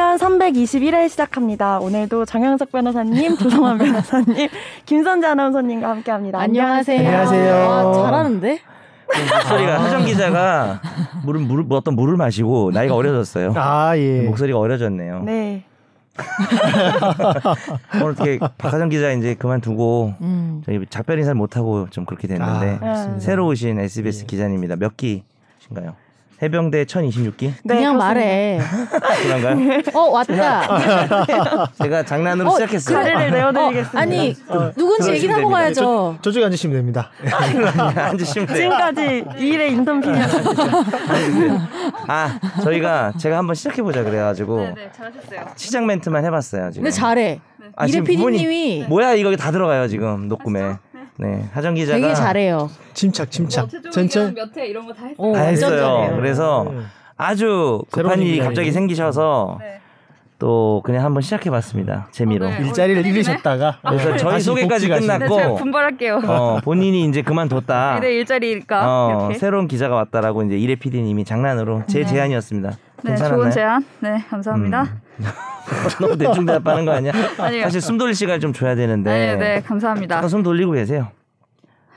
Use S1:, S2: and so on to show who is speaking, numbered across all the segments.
S1: 1321회 시작합니다. 오늘도 정영석 변호사님, 조성환 변호사님, 김선재 아나운서님과 함께합니다.
S2: 안녕하세요.
S3: 안녕하세요.
S2: 와, 잘하는데? 아.
S4: 목소리가 하정 기자가 물은 물 뭐 어떤 물을 마시고 나이가 어려졌어요.
S3: 아 예.
S4: 네, 목소리가 어려졌네요.
S1: 네.
S4: 오늘 어떻게 박하정 기자 이제 그만두고
S2: 음.
S4: 저희 작별 인사를 못 하고 좀 그렇게 됐는데
S3: 아,
S1: 알겠습니다.
S4: 새로 오신
S2: 예.
S4: SBS 기자입니다. 몇 기신가요? 해병대 1026기
S1: 네,
S2: 그냥
S1: 그렇습니다.
S2: 말해.
S4: 그런가요?
S2: 어 왔다.
S4: 제가 장난으로
S2: 어,
S4: 시작했어요.
S1: 자리를 내어드리겠습니다.
S2: 아니 누군지 얘기를 하고
S4: 됩니다.
S2: 가야죠.
S3: 저쪽에 앉으시면 됩니다.
S4: 네, 앉으시면
S2: 어,
S4: 돼요.
S1: 지금까지 2일의
S2: 네.
S1: 인턴피니였습니다.
S4: 아 저희가 제가 한번 시작해 보자 그래가지고
S5: 네네 잘하셨어요.
S4: 시작 멘트만 해봤어요 지금.
S2: 근데 잘해.
S4: 아,
S2: 이래
S4: 지금
S2: PD님이
S4: 뭐야 이거 다 들어가요 지금 녹음에. 네 하정 기자가
S2: 되게 잘해요.
S3: 침착
S5: 뭐
S3: 침착.
S5: 최종 의견
S3: 천천. 네.
S5: 몇회 이런 거 다 했어요.
S2: 어,
S4: 다
S2: 완전
S4: 했어요.
S2: 잘해요.
S4: 그래서 아주 급한
S3: 새로운
S4: 일이
S3: 일이라니.
S4: 갑자기 생기셔서
S5: 네.
S4: 또 그냥 한번 시작해봤습니다. 재미로.
S5: 어, 네. 어,
S3: 일자리를
S5: 오늘
S3: 잃으셨다가
S4: 그래서
S3: 예,
S4: 저희
S3: 다시
S4: 소개까지
S3: 복직하신-
S4: 끝났-
S5: 네,
S4: 맞고.
S5: 제가 분발할게요.
S4: 어, 본인이 이제 그만뒀다.
S5: 내 일자리니까
S4: 아. 어,
S5: 이렇게.
S4: 새로운 기자가 왔다라고 이제 이래 PD님이 장난으로 제 제안이었습니다.
S5: 네
S4: 괜찮았나요?
S5: 좋은 제안. 네 감사합니다.
S4: 음, 너무 대충 대답하는 거 아니야?
S5: 아니요.
S4: 사실 숨 돌릴 시간 좀 줘야 되는데.
S5: 네. 네, 감사합니다.
S4: 잠깐 숨 돌리고 계세요.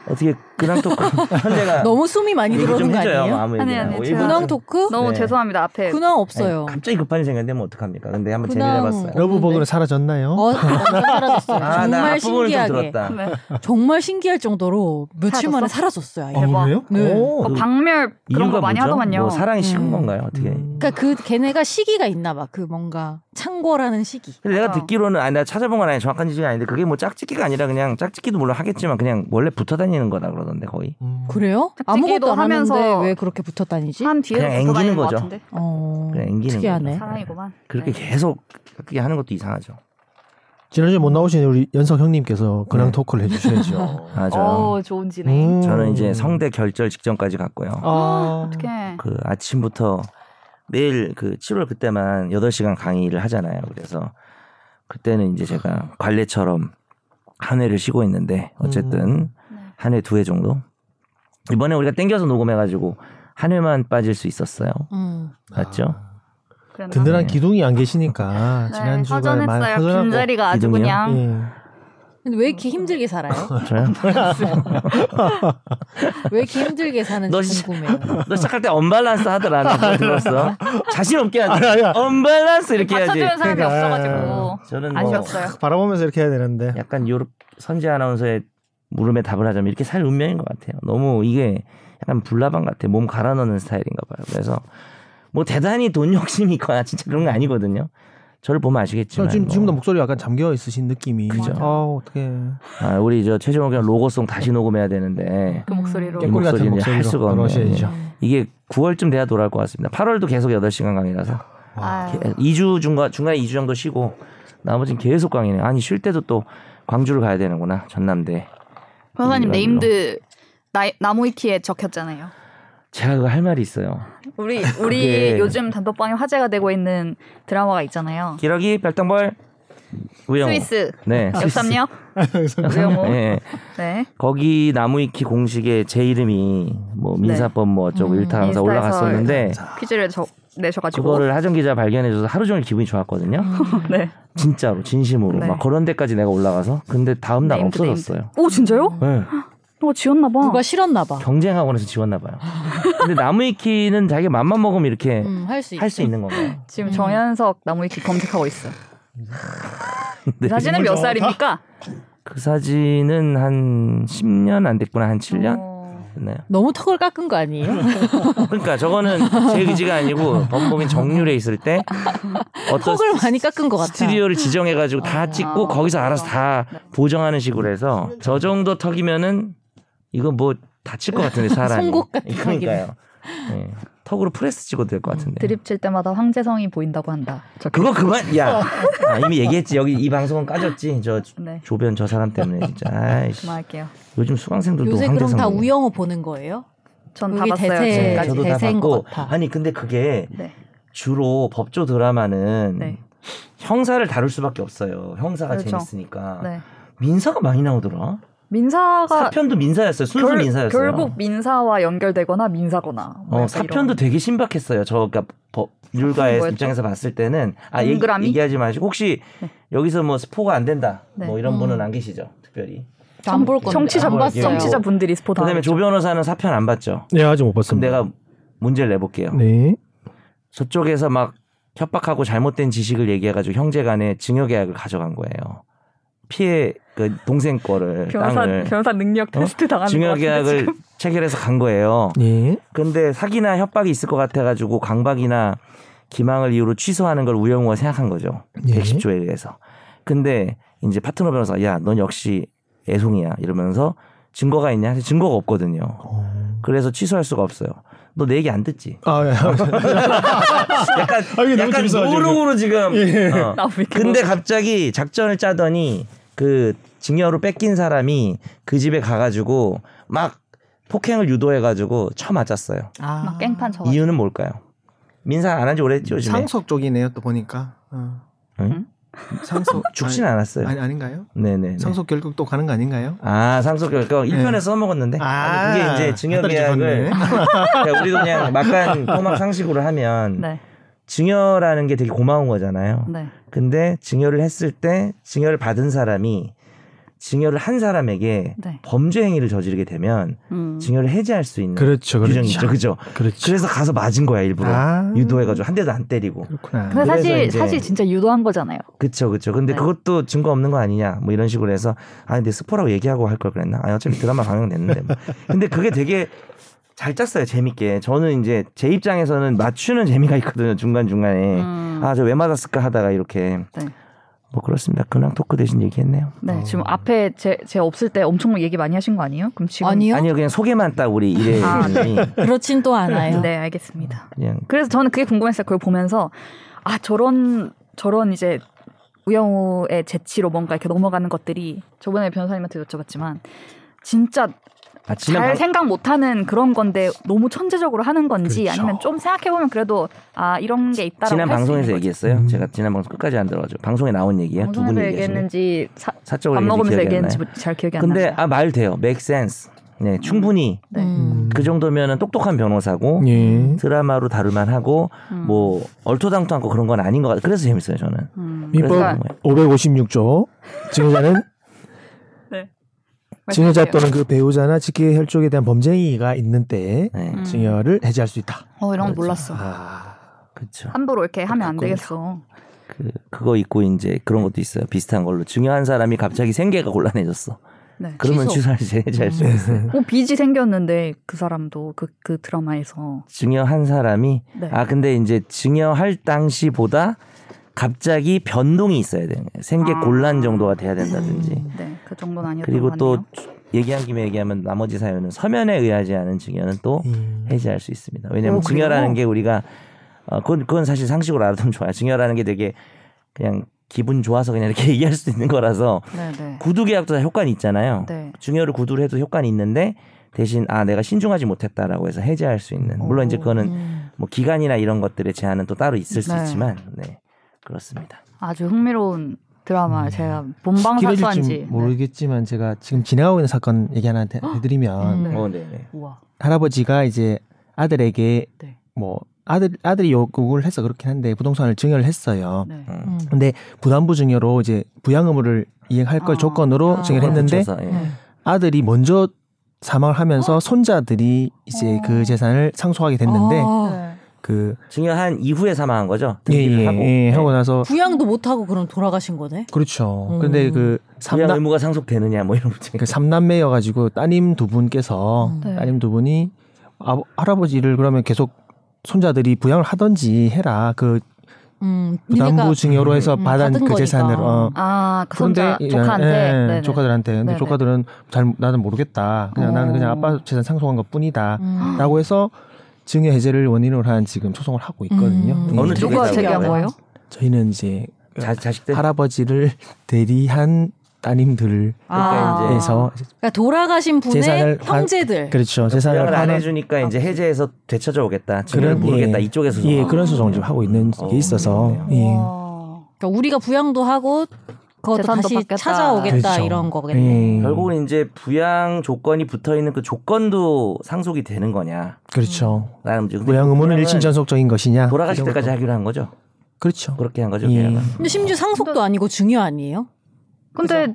S4: 어떻게 근황 토크 현재가
S2: 너무 숨이 많이
S4: 얘기 좀
S2: 들어오는 거
S4: 해줘요.
S2: 아니에요?
S4: 아무
S5: 아니,
S4: 얘기나.
S5: 아니,
S4: 뭐
S5: 제가-
S4: 일부러
S2: 근황 토크?
S5: 너무
S4: 네.
S5: 죄송합니다 앞에.
S2: 근황 없어요.
S3: 네.
S4: 갑자기 급한 일이 생겼는데 어떡합니까? 근데 한번
S2: 근황-
S4: 재미해봤어요.
S3: 러브복은 사라졌나요?
S2: 어, 완전 사라졌어요.
S4: 아, 나
S2: 정말
S4: 앞부분을 좀
S2: 신기하게.
S4: 들었다.
S5: 네.
S2: 정말 신기할 정도로 며칠 만에 사라졌어요. 아예.
S3: 아, 그래요?
S2: 네.
S4: 오,
S5: 어,
S4: 그
S5: 박멸 그런
S4: 이유가
S5: 거 많이
S4: 뭐죠?
S5: 하더만요.
S4: 뭐 사랑이 식은
S2: 음.
S4: 건가요? 어떻게?
S2: 그러니까 그 걔네가 시기가 있나 봐. 그 뭔가 창고라는 시기.
S4: 근데 내가
S5: 어.
S4: 듣기로는 아니 내가 찾아본 건 아니 정확한 지식이 아닌데 그게 뭐 짝짓기가 아니라 그냥 짝짓기도 물론 하겠지만 그냥 원래 붙어 다니는 거다 그러던데 거의.
S3: 음.
S2: 그래요?
S5: 짝짓기도
S2: 아무것도 안 하면서
S5: 하면서
S2: 하는데 왜 그렇게 붙어 다니지?
S5: 한 뒤에서
S4: 그냥
S5: 붙어
S4: 앵기는
S5: 다니는 것
S4: 거죠.
S5: 같은데.
S2: 어,
S4: 그냥 앵기는
S2: 특이하네.
S4: 거구나.
S5: 음, 사랑이구만.
S4: 그렇게
S5: 네.
S4: 계속 그렇게 하는 것도 이상하죠.
S3: 지난주에 못 나오신 우리 연석 형님께서 근황 토크를 해주셔야죠.
S4: 맞아요.
S5: 어, 좋은 진행.
S3: 음.
S4: 네. 저는 이제 성대 결절 직전까지 갔고요.
S3: 아,
S5: 어떻게?
S4: 그 아침부터 매일 그 7월 그때만 8시간 강의를 하잖아요. 그래서 그때는 이제 제가 관례처럼 한 회를 쉬고 있는데 어쨌든
S5: 네.
S4: 한 회 두 회 정도 이번에 우리가 땡겨서 녹음해가지고 한 회만 빠질 수 있었어요.
S2: 음.
S4: 맞죠?
S5: 아. 그랬나?
S3: 든든한
S4: 네.
S3: 기둥이 안 계시니까
S5: 네,
S3: 지난주가 많이
S5: 허전했어요.
S3: 허전하고
S5: 빈자리가 아주
S4: 기둥이요?
S5: 그냥.
S3: 예.
S2: 근데 왜 이렇게 힘들게 살아요?
S4: 저요?
S2: 왜 이렇게 힘들게 사는지
S4: 너 시-
S2: 궁금해요.
S4: 너 시작할 때 언밸런스 하더라. 나 그거 들었어. 자신 없게 하지.
S3: 아니야.
S4: 언밸런스 이렇게 해야지.
S5: 받쳐주는 사람이
S3: 그러니까.
S5: 없어가지고 음.
S4: 저는 뭐
S5: 아쉬웠어요.
S3: 바라보면서 이렇게 해야 되는데
S4: 약간 요렇 선재 아나운서의 물음에 답을 하자면 이렇게 살 운명인 것 같아요. 너무 이게 약간 불나방 같아. 몸 갈아 넣는 스타일인가 봐요. 그래서 뭐 대단히 돈 욕심이 있거나 진짜 그런 거 아니거든요. 저를 보면
S3: 저
S4: 아시겠지만
S3: 지금
S4: 뭐.
S3: 지금도 목소리 약간 잠겨 있으신 느낌이
S4: 그죠.
S5: 그렇죠.
S3: 아 어떻게
S4: 아, 우리 저 최종 의견 로고송 다시 녹음해야 되는데
S5: 그 목소리로.
S4: 이
S3: 깨꼬리 같은
S4: 목소리는 할 수가
S3: 목소리로
S4: 없네요.
S3: 넣으셔야죠.
S4: 이게 9월쯤 돼야 돌아올 것 같습니다. 8월도 계속 8시간 강의라서
S5: 아유.
S4: 2주 중간 중간에 2주 정도 쉬고 나머지는 계속 강의네. 아니 쉴 때도 또 광주를 가야 되는구나. 전남대.
S5: 변호사님
S4: 이런
S5: 네임드 나, 나무위키에 적혔잖아요.
S4: 제가 그거 할 말이 있어요.
S5: 우리
S4: 그게-
S5: 우리 요즘 단톡방에 화제가 되고 있는 드라마가 있잖아요.
S4: 기러기 별똥벌 우영우.
S5: 스위스 어.
S4: 네.
S5: 역삼역 우영우
S4: 예.
S5: 네
S4: 거기 나무위키 공식에 제 이름이 뭐 민사법 뭐 어쩌고 일타 강사
S5: 네. 음, 예, 인스타에서
S4: 올라갔었는데
S5: 퀴즈를 저, 내셔가지고
S4: 그거를 하정 기자 발견해줘서 하루 종일 기분이 좋았거든요.
S5: 네.
S4: 진짜로 진심으로
S5: 네.
S4: 막 그런 데까지 내가 올라가서 근데 다음 날
S5: 네임드,
S4: 없어졌어요.
S5: 오 진짜요?
S4: 네.
S5: 누가 지었나 봐.
S2: 누가 싫었나
S5: 어.
S2: 봐.
S4: 경쟁학원에서 지웠나 봐요. 근데 나무위키는 자기 맘만 먹으면 이렇게
S2: 음, 할수
S4: 할 수 있는 건가요?
S5: 지금 정현석 나무위키 검색하고 있어.
S4: 네.
S5: 이 사진은
S4: 어,
S5: 몇 살입니까?
S4: 그 사진은 한 10년 안 됐구나 한 7년 네.
S5: 어,
S4: 됐나요?
S2: 너무 턱을 깎은 거 아니에요?
S4: 그러니까 저거는 제 의지가 아니고 범범인 정률에 있을 때 어떤
S2: 턱을 많이 깎은 것 같아. 아.
S4: 스튜디오를 지정해가지고 다 찍고 거기서 알아서 다 보정하는 식으로 해서 저 정도 턱이면은 이거 뭐 다칠 것 같은데 사람이
S2: 송곳 같은
S4: 그러니까요. 예. 턱으로 프레스 찍어도 될 것 같은데.
S5: 드립 칠 때마다 황재성이 보인다고 한다.
S4: 그거 그만
S2: 어.
S4: 야 아, 이미 얘기했지 여기 이 방송은 까졌지 저
S5: 네
S4: 조변 저 사람 때문에 진짜 아이씨
S5: 그만할게요.
S4: 요즘 수강생들도
S2: 요새 그럼
S4: 황대성
S2: 다 우영우 보는 거예요?
S5: 전
S2: 여기
S5: 다 봤어요
S2: 대세.
S4: 네,
S2: 지금까지
S5: 지금까지.
S4: 저도 다
S2: 대세인
S4: 봤고
S2: 것 같아.
S4: 아니 근데 그게
S5: 네.
S4: 주로 법조 드라마는
S5: 네.
S4: 형사를 다룰 수밖에 없어요. 형사가
S5: 그렇죠.
S4: 재밌으니까
S5: 네.
S4: 민사가 많이 나오더라.
S5: 민사가
S4: 사편도 민사였어요. 순수
S5: 결-
S4: 민사였어요.
S5: 결국 민사와 연결되거나 민사거나 뭐
S4: 어,
S5: 약간
S4: 사편도
S5: 이런.
S4: 되게 신박했어요. 저 그러니까 법- 율가의
S5: 뭐였죠?
S4: 입장에서 봤을 때는 아 얘기,
S5: 동그라미?
S4: 얘기하지 마시고 혹시 여기서 뭐 스포가 안 된다.
S5: 네.
S4: 뭐 이런 분은
S2: 음.
S4: 안 계시죠. 특별히.
S2: 안볼 건데.
S5: 청취자
S2: 안 봤어요.
S5: 청취자 분들이 스포 다.
S4: 그다음에 조 변호사는 사편 안 봤죠.
S3: 네, 아직 못
S4: 그럼
S3: 봤습니다.
S4: 내가 문제를 내볼게요.
S3: 네.
S4: 저쪽에서 막 협박하고 잘못된 지식을 얘기해가지고 형제간에 증여계약을 가져간 거예요. 피해 그 동생 거를
S5: 변호사
S4: 땅을 어?
S5: 변호사 능력 테스트 당하는 것 같은데
S4: 증여계약을
S5: 지금.
S4: 체결해서 간 거예요.
S3: 예.
S4: 근데 사기나 협박이 있을 것 같아가지고 강박이나 기망을 이유로 취소하는 걸 우영우가 생각한 거죠.
S3: 예.
S4: 110조에 의해서. 근데 이제 파트너 변호사가 야, 넌 역시 애송이야. 이러면서 증거가 있냐? 사실 증거가 없거든요.
S3: 어.
S4: 그래서 취소할 수가 없어요. 너 내 얘기 안 듣지?
S3: 아, 예.
S4: 약간,
S3: 아, 이게 너무
S4: 약간
S3: 재밌어가지고. 예.
S4: 노릇으로 지금. 어.
S5: 나 아, 왜 이렇게
S4: 근데 갑자기 작전을 짜더니 그 증여로 뺏긴 사람이 그 집에 가가지고 막 폭행을 유도해가지고 쳐맞았어요.
S2: 아.
S3: 네.
S5: 막 깽판 쳐.
S4: 이유는 뭘까요? 민사 안 한 지 오래됐죠 요즘에
S6: 상속 쪽이네요 또 보니까 어.
S3: 네?
S4: 응?
S6: 상속
S4: 죽진 않았어요.
S6: 아니 아닌가요?
S4: 네네.
S6: 상속 결국 또 가는 거 아닌가요?
S4: 아 상속 결과
S3: 예.
S4: 1편에
S6: 네.
S4: 써먹었는데
S6: 아,
S4: 아니, 그게 이제
S6: 한 달이
S4: 증여계약을 그러니까 우리도 그냥 막간 토막 상식으로 하면
S5: 네,
S4: 증여라는 게 되게 고마운 거잖아요.
S5: 네.
S4: 근데 증여를 했을 때 증여를 받은 사람이 증여를 한 사람에게
S5: 네.
S4: 범죄 행위를 저지르게 되면
S5: 음.
S4: 증여를 해제할 수 있는
S3: 그렇죠,
S4: 규정이
S3: 그렇죠.
S4: 있죠, 그죠?
S3: 그렇죠.
S4: 그래서 가서 맞은 거야 일부러
S6: 아.
S4: 유도해가지고 한 대도 안 때리고
S6: 그렇구나.
S5: 근데 사실
S4: 이제-
S5: 사실 진짜 유도한 거잖아요.
S4: 그쵸, 그쵸. 근데
S5: 네.
S4: 그것도 증거 없는 거 아니냐. 뭐 이런 식으로 해서, 아, 근데 스포라고 얘기하고 할 걸 그랬나? 아니, 어차피 드라마 방영됐는데. 뭐. 근데 그게 되게 잘 짰어요, 재밌게. 저는 이제 제 입장에서는 맞추는 재미가 있거든요, 중간중간에.
S5: 음.
S4: 아, 저 왜 맞았을까 하다가 이렇게.
S5: 네.
S4: 뭐 그렇습니다. 그냥 토크 대신 얘기했네요.
S5: 네, 지금 앞에 제, 제 없을 때 엄청 얘기 많이 하신 거 아니에요? 그럼 지금
S2: 아니요.
S4: 아니요, 그냥 소개만 딱 우리 이래.
S5: 아,
S4: 님이
S2: 그렇진 또 않아요.
S5: 네, 알겠습니다.
S4: 그냥
S5: 그래서 저는 그게 궁금했어요. 그걸 보면서 아 저런 저런 이제 우영우의 재치로 뭔가 이렇게 넘어가는 것들이 저번에 변호사님한테 여쭤봤지만 진짜
S4: 아, 지난
S5: 잘
S4: 방-
S5: 생각 못하는 그런 건데 너무 천재적으로 하는 건지
S3: 그렇죠.
S5: 아니면 좀 생각해 보면 그래도 아 이런 게 있다라고
S4: 지난
S5: 할수
S4: 방송에서
S5: 있는
S4: 얘기했어요.
S3: 음.
S4: 제가 지난 방송 끝까지 안 들어가죠. 방송에 나온 얘기예요.
S5: 거죠.
S4: 두분
S5: 방송에서
S4: 얘기하시는.
S5: 얘기했는지 사,
S4: 사적으로
S5: 밥
S4: 얘기했는지
S5: 먹으면서
S4: 기억이 안
S5: 얘기했는지
S4: 나요.
S5: 잘 기억이 안
S4: 근데
S5: 나요.
S4: 아 말 돼요. make sense. 네, 충분히
S5: 네.
S2: 음.
S4: 그 정도면은 똑똑한 변호사고
S3: 예.
S4: 드라마로 다룰만하고
S5: 음.
S4: 뭐 얼토당토 않고 그런 건 아닌 것 같아요. 그래서 재밌어요 저는.
S5: 음.
S3: 민법
S4: 그래서 뭐예요?
S3: 556조 증여자는 증여자
S5: 말씀해주세요.
S3: 또는 그 배우자나 직계 혈족에 대한 범죄 행위가 있는 때에
S4: 네,
S5: 음.
S3: 증여를 해지할 수 있다.
S5: 어 이런 건 몰랐어.
S3: 아,
S4: 그렇죠.
S5: 함부로 이렇게 하면 안
S4: 그건-
S5: 되겠어.
S4: 그 그거 있고 이제 그런 것도 있어요. 비슷한 걸로 중요한 사람이 갑자기 생계가 곤란해졌어.
S5: 네.
S4: 그러면
S2: 취소.
S4: 취소할 수 해제할 수
S2: 음.
S4: 있어요.
S5: 뭐 빚이 생겼는데 그 사람도 그 그 드라마에서
S4: 증여한 사람이
S5: 네.
S4: 아 근데 이제 증여할 당시보다 갑자기 변동이 있어야 되는 거예요. 생계
S5: 아.
S4: 곤란 정도가 돼야 된다든지.
S5: 네, 그 정도는 아니었던
S4: 그리고
S5: 것
S4: 또
S5: 같네요.
S4: 얘기한 김에 얘기하면 나머지 사연은 서면에 의하지 않은 증여는 또
S6: 예.
S3: 음.
S4: 해지할 수 있습니다. 왜냐하면
S5: 오, 어, 그래요?
S4: 증여라는 게 우리가 어, 그건, 그건 사실 상식으로 알아두면 좋아요. 증여라는 게 되게 그냥 기분 좋아서 그냥 이렇게 얘기할 수도 있는 거라서
S5: 네, 네.
S4: 구두 계약도 다 효과는 있잖아요.
S5: 네.
S4: 증여를 구두를 해도 효과는 있는데 대신 아 내가 신중하지 못했다라고 해서 해제할 수 있는 물론
S6: 어.
S4: 이제
S5: 오,
S4: 그거는
S2: 음.
S4: 뭐 기간이나 이런 것들의 제한은 또 따로 있을 수
S5: 네.
S4: 있지만 네 그렇습니다.
S5: 아주 흥미로운 드라마
S4: 음.
S5: 제가 본방 사수한지 네.
S6: 길어질지 모르겠지만 제가 지금 진행하고 있는 사건 얘기 하나 해- 해드리면
S5: 음. 네.
S4: 어, 네네.
S5: 우와.
S6: 할아버지가 이제 아들에게
S5: 네.
S6: 뭐 아들 아들이 요구를 해서 그렇긴 한데 부동산을 증여를 했어요.
S5: 네.
S4: 음.
S2: 음.
S6: 근데 부담부 증여로 이제 부양 의무를 이행할 걸
S5: 아. 그렇죠.
S6: 조건으로
S2: 아.
S6: 증여를 했는데
S4: 붙여서, 예.
S2: 네.
S6: 아들이 먼저 사망을 하면서 손자들이 이제
S5: 어.
S6: 그 재산을 상속하게 됐는데
S2: 아,
S5: 네.
S6: 그
S4: 증여한 이후에 사망한 거죠.
S6: 예예
S4: 등기를
S6: 하고,
S4: 하고 네.
S6: 나서
S2: 부양도 못 하고 그럼 돌아가신 거네.
S6: 그렇죠.
S2: 음.
S6: 근데 그
S4: 부양
S6: 삼남
S4: 의무가 상속되느냐 뭐 이런 문제.
S6: 그 삼남매여가지고 따님 두 분께서
S2: 음.
S5: 네.
S6: 따님 두 분이 아, 할아버지를 그러면 계속 손자들이 부양을 하던지 해라 그
S2: 음,
S6: 부담부 증여로 해서
S2: 음,
S6: 받은 그
S2: 받은 거니까.
S6: 재산을 어.
S5: 아, 그
S6: 그런데
S5: 손자
S6: 예,
S5: 조카한테
S6: 예,
S5: 네, 네.
S6: 조카들한테 근데
S5: 네네.
S6: 조카들은 잘 나는 모르겠다 그냥 나는 그냥
S5: 어.
S6: 아빠 재산 상속한 것 뿐이다
S2: 음.
S6: 라고 해서 증여 해제를 원인으로 한 지금 소송을 하고 있거든요
S2: 음.
S6: 예.
S4: 어느 쪽에 네.
S5: 누가
S4: 있다고요?
S5: 제기한 거예요?
S6: 저희는 이제
S4: 자, 자식들
S6: 할아버지를 대리한 따님들에서
S2: 아,
S4: 그러니까 이제
S2: 그러니까 돌아가신 분의
S6: 재산을 반-
S2: 형제들.
S6: 그렇죠 재산을
S4: 네. 부양을 안
S6: 하나- 아.
S4: 해주니까 이제 해제해서 되찾아오겠다. 증여를
S6: 그런-
S4: 모르겠다.
S6: 예.
S4: 이쪽에서
S6: 예
S4: 소송하고 음.
S6: 그런 소송을 지금 하고 있는
S4: 어,
S6: 게 있어서
S4: 그렇네요.
S6: 예.
S5: 와.
S2: 그러니까 우리가 부양도 하고 그것도
S5: 재산도
S2: 다시
S5: 받겠다.
S2: 찾아오겠다
S6: 그렇죠.
S2: 이런 거겠네.
S6: 예.
S4: 결국은 이제 부양 조건이 붙어 있는 그 조건도 상속이 되는 거냐.
S6: 그렇죠.
S4: 나는 이제 근데
S6: 모양 의무는
S4: 부양은
S6: 일친 전속적인 것이냐.
S4: 돌아가실
S6: 이런
S4: 때까지
S6: 것도.
S4: 하기로 한 거죠.
S6: 그렇죠.
S4: 그렇게 한 거죠.
S6: 그 예.
S4: 계약은.
S2: 근데 심지어 상속도 아니고 증여 아니에요?
S5: 근데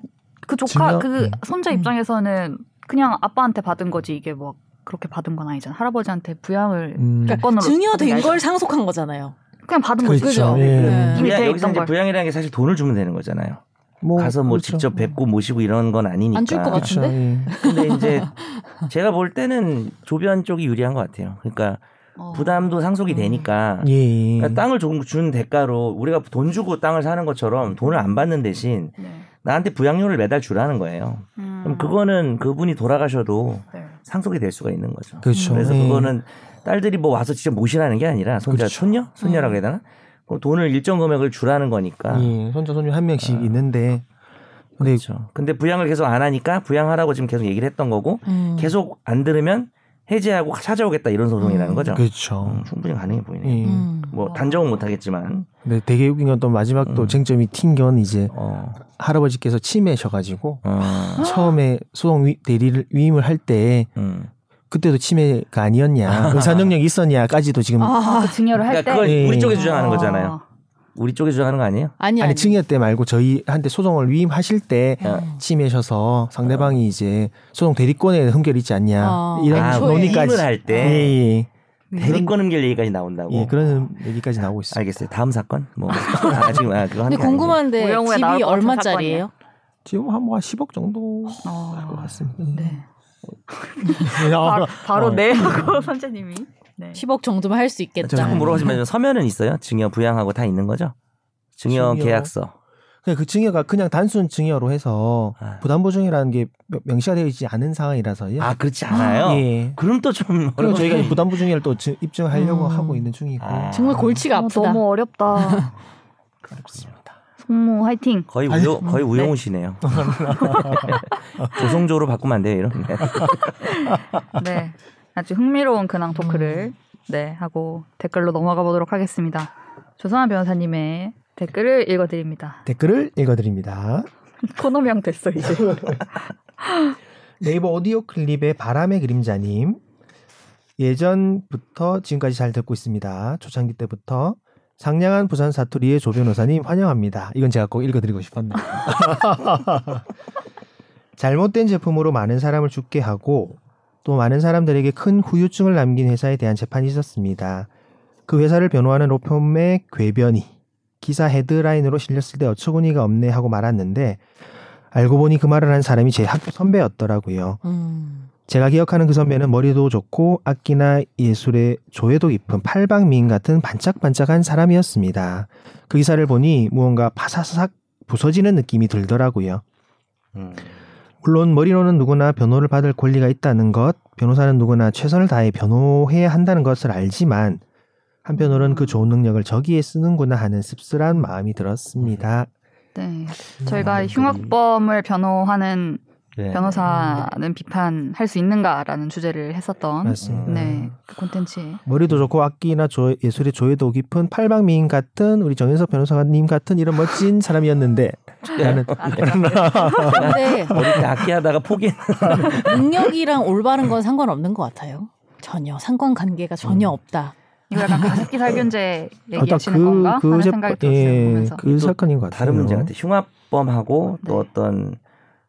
S5: 그
S6: 증여-
S5: 조카 그
S6: 음.
S5: 손자 입장에서는 그냥 아빠한테 받은 거지 이게 뭐 그렇게 받은 건 아니잖아. 할아버지한테 부양을
S6: 음,
S5: 조건으로
S2: 증여된
S5: 받은 게
S2: 걸
S5: 아니잖아.
S2: 상속한 거잖아요.
S5: 그냥 받은 거지.
S6: 그렇죠.
S2: 그러니까 그죠?
S6: 예.
S2: 네.
S5: 이미
S4: 부양-
S5: 돼
S4: 여기서
S5: 있던
S4: 이제
S5: 걸.
S4: 부양이라는 게 사실 돈을 주면 되는 거잖아요.
S6: 뭐
S4: 가서 뭐
S6: 그렇죠.
S4: 직접 뵙고 모시고 이런 건 아니니까.
S2: 안줄 것
S6: 그렇죠.
S2: 같은데?
S6: 예.
S4: 근데 이제 제가 볼 때는 조변 쪽이 유리한 것 같아요. 그러니까
S5: 어.
S4: 부담도 상속이
S2: 음.
S4: 되니까
S6: 예.
S4: 그러니까 땅을 조금 준 대가로 우리가 돈 주고 땅을 사는 것처럼 돈을 안 받는 대신
S5: 네.
S4: 나한테 부양료를 매달 주라는 거예요.
S5: 음.
S4: 그럼 그거는 그분이 돌아가셔도
S5: 네.
S4: 상속이 될 수가 있는 거죠.
S6: 그렇죠.
S4: 그래서
S6: 예.
S4: 그거는 딸들이 뭐 와서 직접 모시라는 게 아니라 손자
S6: 그렇죠.
S4: 손녀 손녀라고 해야 되나? 그럼 돈을 일정 금액을 주라는 거니까.
S6: 예. 손자 손녀 한 명씩
S4: 아.
S6: 있는데 근데
S4: 그렇죠. 근데 부양을 계속 안 하니까 부양하라고 지금 계속 얘기를 했던 거고
S2: 음.
S4: 계속 안 들으면 해제하고 찾아오겠다 이런 소송이라는
S2: 음.
S4: 거죠.
S6: 그렇죠.
S4: 음, 충분히 가능해 보이네요.
S6: 예.
S2: 음.
S4: 뭐 단정은 못하겠지만
S6: 근데 되게 웃긴 건 또 마지막 또
S4: 음.
S6: 쟁점이 튕겨는 이제
S4: 어,
S6: 할아버지께서 치매셔가지고
S4: 어,
S2: 아.
S6: 처음에 소송 위, 대리를 위임을 할 때
S4: 음.
S6: 그때도 치매가 아니었냐 그 의사 능력이 있었냐까지도 지금
S5: 아,
S2: 아,
S5: 그 증여를 할
S4: 그러니까
S5: 때.
S4: 그건
S6: 예.
S4: 우리 쪽에 주장하는
S2: 어.
S5: 아.
S4: 거잖아요. 우리 쪽에 주장하는 거 아니에요?
S2: 아니 음.
S6: 아니
S2: 아니.
S6: 증여 때 말고 저희한테 소송을 위임하실 때
S4: 어.
S6: 치매셔서 상대방이 이제 소송 대리권에 흠결이 있지 않냐
S2: 어.
S6: 이런
S4: 아,
S2: 애초에
S6: 논의까지
S4: 위임을 할 때.
S6: 예,
S2: 네.
S6: 예.
S4: 대리권 음결 얘기까지 나온다고.
S6: 예, 그런 얘기까지 나오고 있어요.
S4: 알겠어요. 다음 사건 뭐 아, 지금 아, 그거 하는
S2: 근데
S4: 게 아니죠.
S2: 궁금한데
S5: 오영우에 나올
S2: 집이
S5: 것 같은
S2: 얼마짜리예요?
S6: 지금 한, 뭐 10억 정도 할 것
S5: 어.
S6: 같습니다.
S5: 네.
S6: 아,
S5: 바, 바로
S6: 어.
S5: 네
S4: 음.
S5: 하고 선재님이. 네.
S2: 10억 정도면 할 수 있겠다.
S4: 자꾸 물어보지만 서면은 있어요? 증여 부양하고 다 있는 거죠? 증여,
S6: 증여.
S4: 계약서.
S6: 그냥 그 증여가 그냥 단순 증여로 해서
S4: 아,
S6: 부담보증이라는 게 명- 명시가 되어 있지 않은 상황이라서요.
S4: 아, 그렇지 않아요?
S6: 예.
S4: 그럼 또좀
S6: 그리고 저희가 이 부담보증이를 또 증- 입증하려고
S2: 음.
S6: 하고 있는 중이고.
S4: 아.
S2: 정말 골치가
S5: 어,
S2: 아프다.
S5: 너무 어렵다. 송모 화이팅.
S4: 거의
S6: 아니,
S4: 우용 거의 우용우 씨네요. 조성조로 바꾸면 안 돼요 이런. 네.
S5: 네. 아주 흥미로운 근황 토크를 네 하고 댓글로 넘어가 보도록 하겠습니다. 조선아 변호사님의 댓글을 읽어드립니다.
S6: 댓글을 읽어드립니다.
S5: 코너명 됐어 이제.
S6: 네이버 오디오 클립의 바람의 그림자님. 예전부터 지금까지 잘 듣고 있습니다. 초창기 때부터 상냥한 부산 사투리의 조 변호사님 환영합니다. 이건 제가 꼭 읽어드리고 싶었네요. 잘못된 제품으로 많은 사람을 죽게 하고 또 많은 사람들에게 큰 후유증을 남긴 회사에 대한 재판이 있었습니다. 그 회사를 변호하는 로펌의 궤변이 기사 헤드라인으로 실렸을 때 어처구니가 없네 하고 말았는데 알고 보니 그 말을 한 사람이 제 학교 선배였더라고요.
S2: 음.
S6: 제가 기억하는 그 선배는 머리도 좋고 악기나 예술의 조예도 깊은 팔방미인 같은 반짝반짝한 사람이었습니다. 그 기사를 보니 무언가 파사삭 부서지는 느낌이 들더라고요.
S4: 음.
S6: 물론 머리로는 누구나 변호를 받을 권리가 있다는 것, 변호사는 누구나 최선을 다해 변호해야 한다는 것을 알지만 한편으로는 그 좋은 능력을 저기에 쓰는구나 하는 씁쓸한 마음이 들었습니다.
S5: 네. 저희가 흉악범을 변호하는
S4: 네.
S5: 변호사는 비판할 수 있는가라는 주제를 했었던
S6: 맞습니다.
S5: 네. 그 콘텐츠에
S6: 머리도 좋고 악기나 조- 예술의 조예도 깊은 팔방미인 같은 우리 정현석 변호사님 같은 이런 멋진 사람이었는데
S5: 네.
S4: 네.
S6: 아, 나는
S2: 근데
S4: 어릴 때 악기하다가 포기.
S2: 능력이랑 올바른 건 상관없는 것 같아요. 전혀 상관관계가
S4: 음.
S2: 전혀 없다.
S5: 이거 약간 가습기 살균제
S6: 아까
S5: 얘기하시는 건가 하는
S6: 제-
S5: 생각이 들었어요
S6: 그, 예,
S5: 보면서.
S6: 그 사건인 것 같아요.
S4: 다른 문제 같아. 흉악범하고 또
S5: 네.
S4: 어떤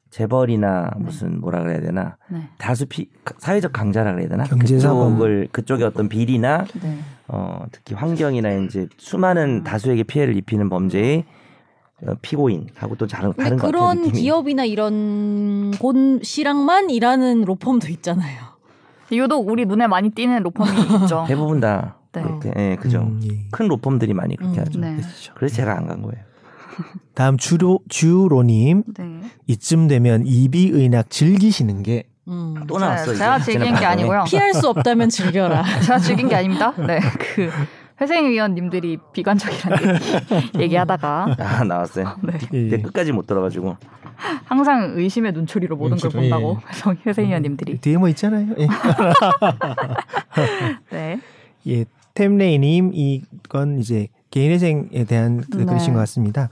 S4: 재벌이나
S5: 네.
S4: 무슨 뭐라 그래야 되나
S5: 네.
S4: 다수 피 사회적 강자라 그래야 되나
S6: 경제사범.
S4: 그쪽을 그쪽의 어떤 비리나
S5: 네.
S4: 어, 특히 환경이나 이제 수많은 다수에게 피해를 입히는 범죄의 어, 피고인하고 또 다른
S2: 근데
S4: 다른 것 같아요.
S2: 그런
S4: 느낌이.
S2: 기업이나 이런 곳이랑만 일하는 로펌도 있잖아요.
S5: 유독 우리 눈에 많이 띄는 로펌이 있죠.
S4: 대부분 다
S5: 네.
S4: 그렇게 예, 그죠.
S6: 음, 예.
S4: 큰 로펌들이 많이 그렇게
S2: 음.
S4: 하죠.
S5: 네.
S4: 그래서 제가 안 간 거예요.
S6: 다음 주로 주로님
S5: 네.
S6: 이쯤 되면 이비 의낙 즐기시는 게
S2: 음.
S4: 또
S5: 제가-
S4: 나왔어.
S5: 제가
S4: 이제.
S5: 즐긴 게
S4: 지난 방송에.
S5: 아니고요.
S2: 피할 수 없다면 즐겨라.
S5: 제가 즐긴 게 아닙니다. 네, 그 회생위원님들이 비관적이라는 얘기- 얘기하다가
S4: 아 나왔어요.
S5: 네,
S6: 예.
S4: 근데 끝까지 못 들어가지고
S5: 항상 의심의 눈초리로 모든 걸
S6: 눈초리,
S5: 본다고 회생- 회생위원님들이.
S6: 뒤에 뭐 있잖아요. 예.
S5: 네,
S6: 예, 템레이님 이건 이제 개인회생에 대한 그
S5: 네.
S6: 글이신 것 같습니다.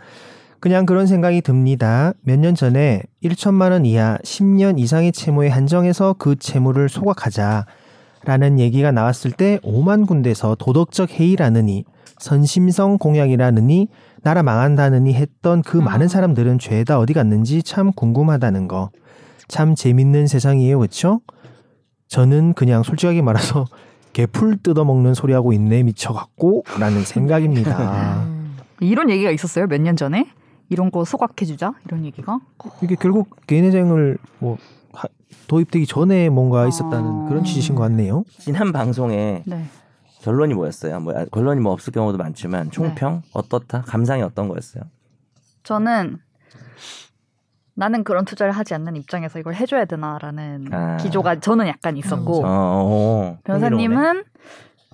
S6: 그냥 그런 생각이 듭니다. 몇 년 전에 1천만 원 이하 10년 이상의 채무에 한정해서 그 채무를 소각하자 라는 얘기가 나왔을 때 5만 군데서 도덕적 해이라느니 선심성 공약이라느니 나라 망한다느니 했던 그
S5: 음.
S6: 많은 사람들은 죄다 어디 갔는지 참 궁금하다는 거. 참 재밌는 세상이에요, 그쵸? 저는 그냥 솔직하게 말해서 개풀 뜯어먹는 소리하고 있네 미쳐갖고 라는
S4: 아.
S5: 아.
S6: 생각입니다.
S2: 음.
S5: 이런 얘기가 있었어요 몇 년 전에 이런 거 소각해주자 이런 얘기가
S6: 이게 결국 개인회장을 뭐 하- 도입되기 전에 뭔가 있었다는
S5: 아.
S6: 그런 취지신 것 같네요.
S4: 지난 방송에
S5: 네
S4: 결론이 뭐였어요? 뭐 아, 결론이 뭐 없을 경우도 많지만 총평 어떻다 감상이 어떤 거였어요?
S5: 저는 나는 그런 투자를 하지 않는 입장에서 이걸 해줘야 되나라는
S4: 아.
S5: 기조가 저는 약간 있었고
S6: 음,
S4: 어, 어, 흥미로우네.
S5: 변호사님은